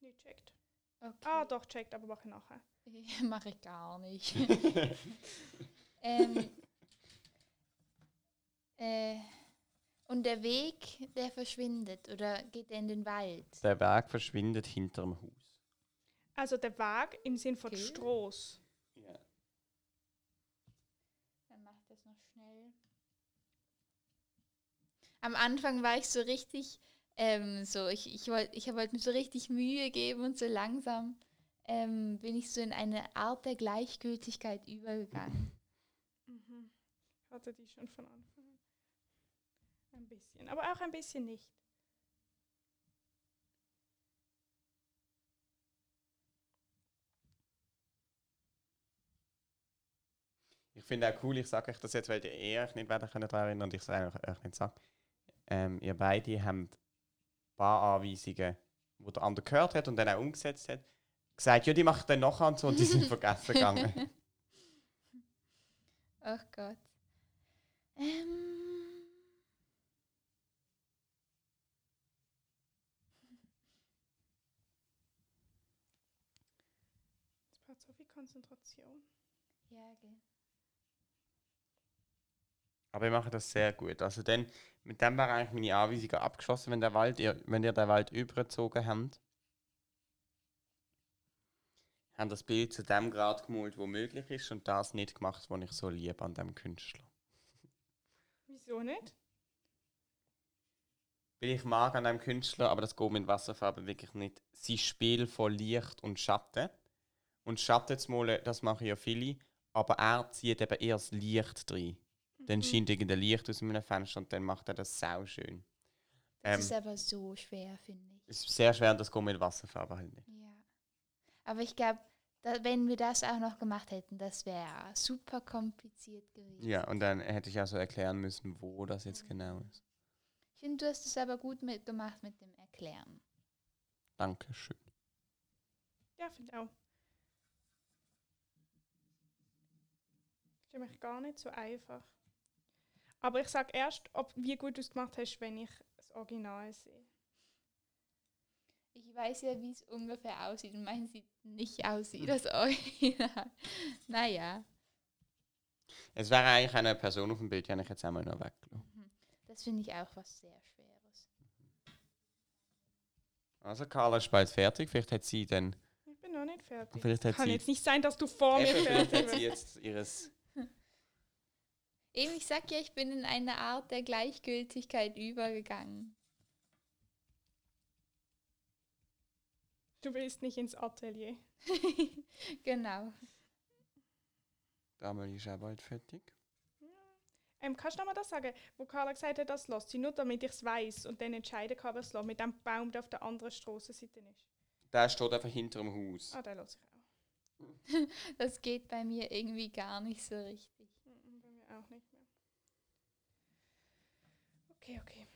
Nicht checkt. okay. Ah, doch, checkt, aber mache ich nachher. Mache ich gar nicht. ähm, äh, und der Weg, der verschwindet oder geht er in den Wald? Der Weg verschwindet hinter dem Haus. Also der Weg im Sinn von Okay. Stroß. Ja. Dann mach ich das noch schnell. Am Anfang war ich so richtig, ähm, so, ich, ich wollte ich wollte mir so richtig Mühe geben und so langsam ähm, bin ich so in eine Art der Gleichgültigkeit übergegangen. Mhm. Ich hatte die schon von Anfang an. Ein bisschen, aber auch ein bisschen nicht. Ich finde auch cool, ich sage euch das jetzt, weil ihr eh euch nicht weiter daran erinnern könnt und ich es eigentlich euch nicht sage. Ähm, ihr beide habt ein paar Anweisungen, die der andere gehört hat und dann auch umgesetzt hat, gesagt, ja, die mache ich dann nachher und so und die sind vergessen gegangen. Ach Gott. Ähm. Es braucht so viel Konzentration. Ja, gell. Aber ich mache das sehr gut. Also dann, mit dem wäre eigentlich meine Anweisungen abgeschlossen, wenn, der Wald, ihr, wenn ihr den Wald übergezogen habt. Haben das Bild zu dem Grad gemalt, wo möglich ist und das nicht gemacht, was ich so liebe an dem Künstler. Wieso nicht? Weil ich mag an einem Künstler, aber das geht mit Wasserfarbe wirklich nicht. Sein Spiel von Licht und Schatten. Und Schatten zu malen, das machen ja viele, aber er zieht eben eher das Licht rein. Mhm. Dann scheint irgendein Licht aus einem Fenster und dann macht er das sau schön. Das Ähm, ist aber so schwer, finde ich. ist sehr schwer und das geht mit Wasserfarbe halt nicht. Ja. Aber ich glaube, da, wenn wir das auch noch gemacht hätten, das wäre super kompliziert gewesen. Ja, und dann hätte ich also erklären müssen, wo das Mhm. jetzt genau ist. Ich finde, du hast es aber gut mitgemacht mit dem Erklären. Dankeschön. Ja, finde ich auch. Ist nämlich gar nicht so einfach. Aber ich sage erst, ob, wie gut du es gemacht hast, wenn ich das Original sehe. Ich weiß ja, wie es ungefähr aussieht und mein sieht nicht aus Hm. wie das Original. naja, Es wäre eigentlich eine Person auf dem Bild, die habe ich jetzt einmal noch weggelassen. das finde ich auch was sehr Schweres. Also Carla ist bald fertig, vielleicht hat sie dann... Ich bin noch nicht fertig. Vielleicht hat Kann sie, jetzt nicht sein, dass du vor mir Eben, vielleicht fertig hat bist. sie jetzt ihres... Eben, ich sag ja, ich bin in eine Art der Gleichgültigkeit übergegangen. Du willst nicht ins Atelier. genau. Damals ist auch bald fertig. Ähm, kannst du nochmal das sagen, wo Carla gesagt hat, das lässt sie nur, damit ich es weiß und dann entscheiden kann, was lässt, mit dem Baum, der auf der anderen Straßenseite ist. Der steht einfach hinter dem Haus. Ah, den lasse ich auch. Das geht bei mir irgendwie gar nicht so richtig. Mhm, Bei mir auch nicht mehr. Okay, okay.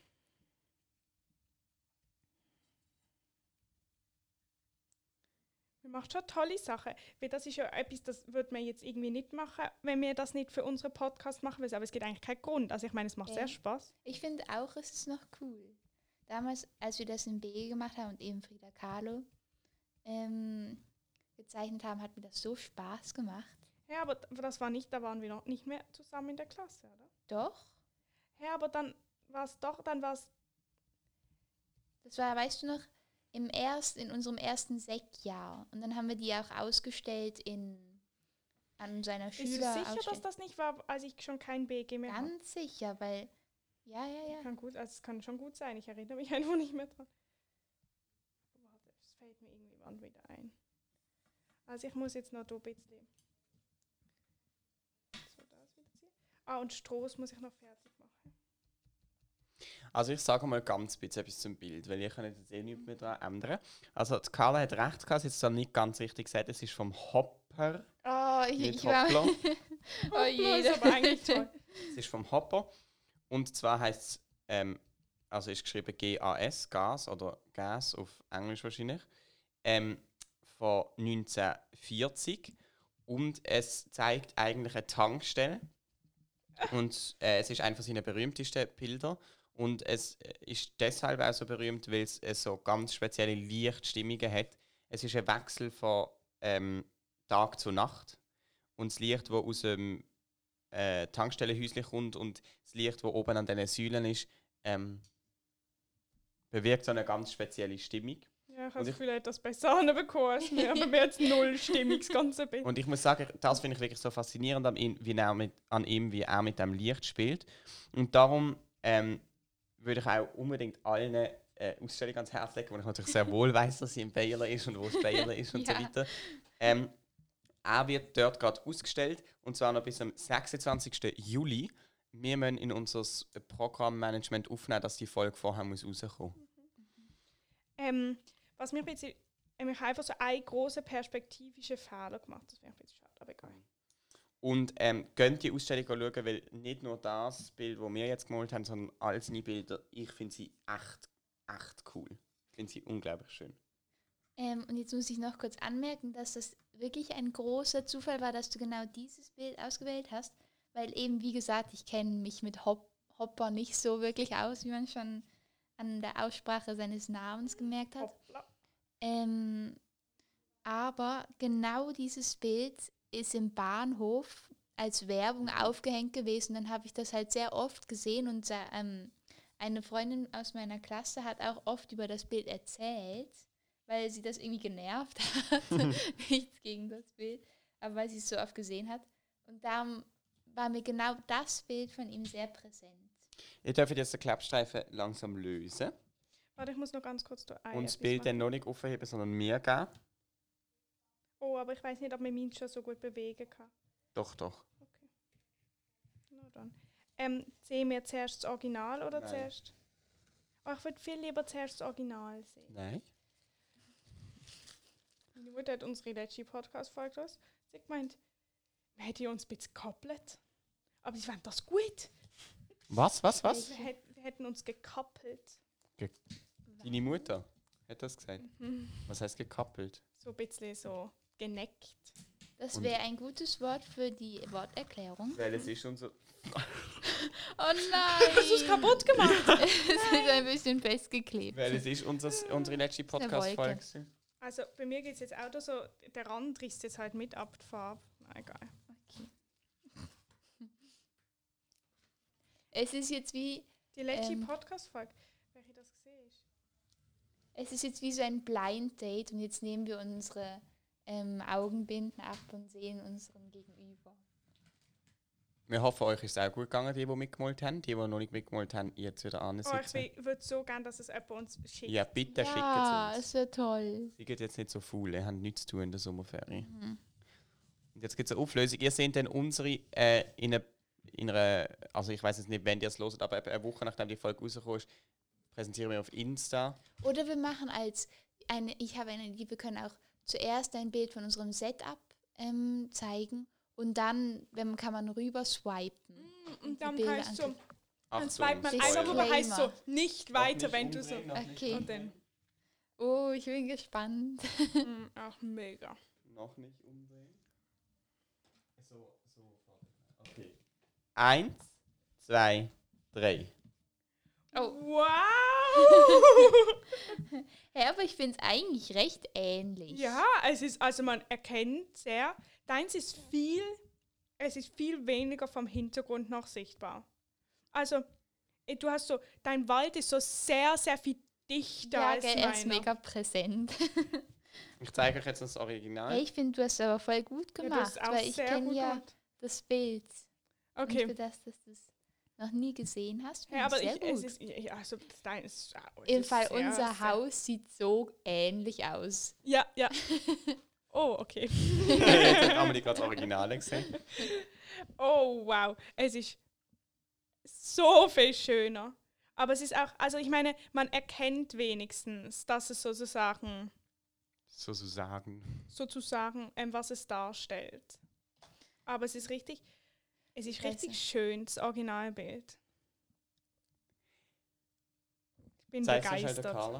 Wir Wir machen schon tolle Sachen. Weil das ist ja etwas, das würde man jetzt irgendwie nicht machen, wenn wir das nicht für unseren Podcast machen würden. Aber es gibt eigentlich keinen Grund. Also ich meine, es macht Ja. sehr Spaß. Ich finde auch, es ist noch cool. Damals, als wir das in BE gemacht haben und eben Frida Kahlo ähm, gezeichnet haben, hat mir das so Spaß gemacht. Ja, aber d- das war nicht, da waren wir noch nicht mehr zusammen in der Klasse, oder? Doch, Ja, aber dann war es doch, dann war es, das war, weißt du noch, im erst, in unserem ersten Sektjahr. Und dann haben wir die auch ausgestellt in, an seiner bist du sicher, dass Schülerausstellung. das nicht war, als ich schon kein BG mehr hatte? Ganz sicher, weil, ja, ja, ja. Kann gut, also es kann schon gut sein. Ich erinnere mich einfach nicht mehr dran. Warte, es fällt mir irgendwie wann wieder ein. Also ich muss jetzt noch da ein bisschen. So, das wieder ziehen. Ah, und Stroß muss ich noch fertig machen. Also ich sage mal ganz bisschen etwas zum Bild, weil ich kann jetzt eh nichts mehr daran ändern. Also die Carla hat recht gehabt, sie hat es dann nicht ganz richtig gesagt, es ist vom Hopper, Oh, ich, Mit ich war... Hoppla. oh Nur je. ist aber eigentlich toll. es ist vom Hopper und zwar heißt es, ähm, also ist geschrieben G-A-S, Gas oder Gas auf Englisch wahrscheinlich, ähm, von 1940 und es zeigt eigentlich eine Tankstelle und äh, es ist einer seiner berühmtesten Bilder und es äh, ist deshalb auch so berühmt, weil es äh, so ganz spezielle Lichtstimmungen hat. Es ist ein Wechsel von ähm, Tag zu Nacht und das Licht, das aus dem äh, Tankstellenhäuschen kommt und das Licht, das oben an diesen Säulen ist, ähm, bewirkt so eine ganz spezielle Stimmung. Ja, Und ich habe das ich- Gefühl, er hat das besser hinbekommen als mir, aber mir jetzt null stimmig das ganze Bild. Und ich muss sagen, das finde ich wirklich so faszinierend an ihm, wie er mit, an ihm, wie er mit dem Licht spielt. Und darum ähm, würde ich auch unbedingt allen äh, Ausstellungen ans Herz legen, weil ich natürlich sehr wohl weiß, dass sie in Baylor ist und wo es Baylor ist und Ja. so weiter. Ähm, er wird dort gerade ausgestellt und zwar noch bis am 26. Juli. Wir müssen in unser Programmmanagement aufnehmen, dass die Folge vorher muss rauskommen muss. Ähm, was mir ein bisschen, ähm, ich habe einfach so einen großen perspektivischen Fehler gemacht. Das finde ich ein bisschen schade, aber egal. Und ähm, könnt die Ausstellung schauen, weil nicht nur das Bild, das wir jetzt gemalt haben, sondern all seine Bilder, ich finde sie echt, echt cool. Ich finde sie unglaublich schön. Ähm, und jetzt muss ich noch kurz anmerken, dass das wirklich ein großer Zufall war, dass du genau dieses Bild ausgewählt hast, weil eben, wie gesagt, ich kenne mich mit Hop Hopper nicht so wirklich aus, wie man schon an der Aussprache seines Namens gemerkt hat. Hoppla. Ähm, aber genau dieses Bild ist im Bahnhof als Werbung aufgehängt gewesen. Dann habe ich das halt sehr oft gesehen und sa- ähm, eine Freundin aus meiner Klasse hat auch oft über das Bild erzählt, weil sie das irgendwie genervt hat. Nichts gegen das Bild, aber weil sie es so oft gesehen hat. Und darum war mir genau das Bild von ihm sehr präsent. Ihr dürft jetzt den Klebstreifen langsam lösen Warte, ich muss noch ganz kurz da ein. und das etwas Bild machen. dann noch nicht aufheben, sondern mir geben. Oh, aber ich weiß nicht, ob man meins schon so gut bewegen kann. Doch, doch. Okay. Na dann. Ähm, sehen wir zuerst das Original oder Nein. zuerst? Oh, ich würde viel lieber zuerst das Original sehen. Nein. Meine Mutter hat unsere letzte Podcast-Folge gehört. Sie hat gemeint, wir hätten uns ein bisschen gekoppelt. Aber sie fand das gut. Was, was, was? Wir, hätt, wir hätten uns gekappelt. Deine Mutter hat das gesagt. Mhm. Was heißt gekappelt? So ein bisschen so geneckt. Das Und- wäre ein gutes Wort für die Worterklärung. Weil es ist unser. Oh nein! Hast du es kaputt gemacht? Es ist ein bisschen festgeklebt. Weil es ist unser, unsere letzte Wolke. Podcast-Folge. gewesen. Also bei mir geht es jetzt auch da so, der Rand risst jetzt halt mit ab, die Farbe. Na, Egal. Es ist jetzt wie, Die letzte Ähm. Podcast-Folge, welche das gesehen ist. es ist jetzt wie so ein Blind Date und jetzt nehmen wir unsere ähm, Augenbinden ab und sehen unseren Gegenüber. Wir hoffen, euch ist es auch gut gegangen, die, die mitgemalt haben. Die, die noch nicht mitgemalt haben, jetzt wieder Oh, ansitzen. ich würde so gerne, dass es jemand uns schickt. Ja, bitte ja, schickt es uns. es wäre toll. Sie geht jetzt nicht so faul, ihr habt nichts zu tun in der Sommerferien. Mhm. Und jetzt gibt es eine Auflösung. Ihr seht dann unsere äh, in einer, in einer, also ich weiß jetzt nicht, wenn ihr es hört, aber etwa eine Woche nachdem die Folge rausgekommen ist, präsentieren wir auf Insta. Oder wir machen als eine, ich habe eine Idee, wir können auch zuerst ein Bild von unserem Setup ähm, zeigen und dann wenn, man- kann man rüber swipen. Mm, Und dann Bilder heißt so, angucken. dann swipet Achtung, man einmal Spoiler. rüber, heißt so, Disclaimer. nicht Noch weiter, nicht wenn du so. umdrehen, noch nicht Okay. Und dann. Oh, ich bin gespannt. Mm, Ach, mega. Noch nicht umdrehen. So, so. Okay. Eins, zwei, drei. Oh, Wow! hey, aber ich finde es eigentlich recht ähnlich. ja, es ist, also man erkennt sehr, deins ist viel, es ist viel weniger vom Hintergrund noch sichtbar. Also, eh, du hast so, dein Wald ist so sehr, sehr viel dichter ja als gell, meiner. er ist mega präsent. Ich zeige euch jetzt das Hey, Original. ich finde, du hast aber voll gut Ja, du gemacht, hast auch weil ich sehr kenne gut ja gemacht. das Bild. Und für Okay. das, dass du es noch nie gesehen hast, finde Ja, aber ich sehr ich, gut. es ist, ja, also dein ist, ah, es Im ist Fall, sehr, unser sehr- Haus sieht so ähnlich aus. Ja, ja. Oh, okay. jetzt hat Amelie gerade das Original gesehen. Oh, wow. Es ist so viel schöner. Aber es ist auch, also ich meine, man erkennt wenigstens, dass es sozusagen, So zu sagen. sozusagen, ähm, was es darstellt. Aber es ist richtig, es ist richtig Also. schön, das Originalbild. Ich bin Zeig's mir schnell der begeistert. Carla.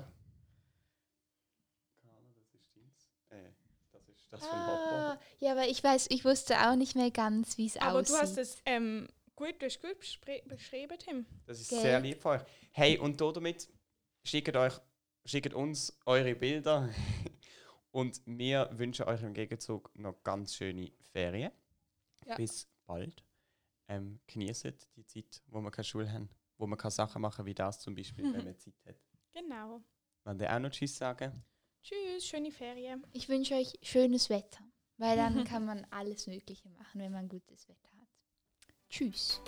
Carla, das ist deins. Äh, das ist das von Ah, Papa. ja, aber ich weiß, ich wusste auch nicht mehr ganz, wie es aussieht. Aber du hast es ähm, gut, du hast gut bespre- beschrieben, Tim. Das ist Gell? sehr lieb von euch. Hey, und da damit schickt, euch, schickt uns eure Bilder. und wir wünschen euch im Gegenzug noch ganz schöne Ferien. Ja. Bis bald. Ähm, genießt die Zeit, wo wir keine Schule haben. Wo man keine Sachen machen wie das zum Beispiel, wenn man Zeit hat. Genau. Wollen ihr auch noch Tschüss sagen? Tschüss, schöne Ferien. Ich wünsche euch schönes Wetter, weil dann kann man alles Mögliche machen, wenn man gutes Wetter hat. Tschüss.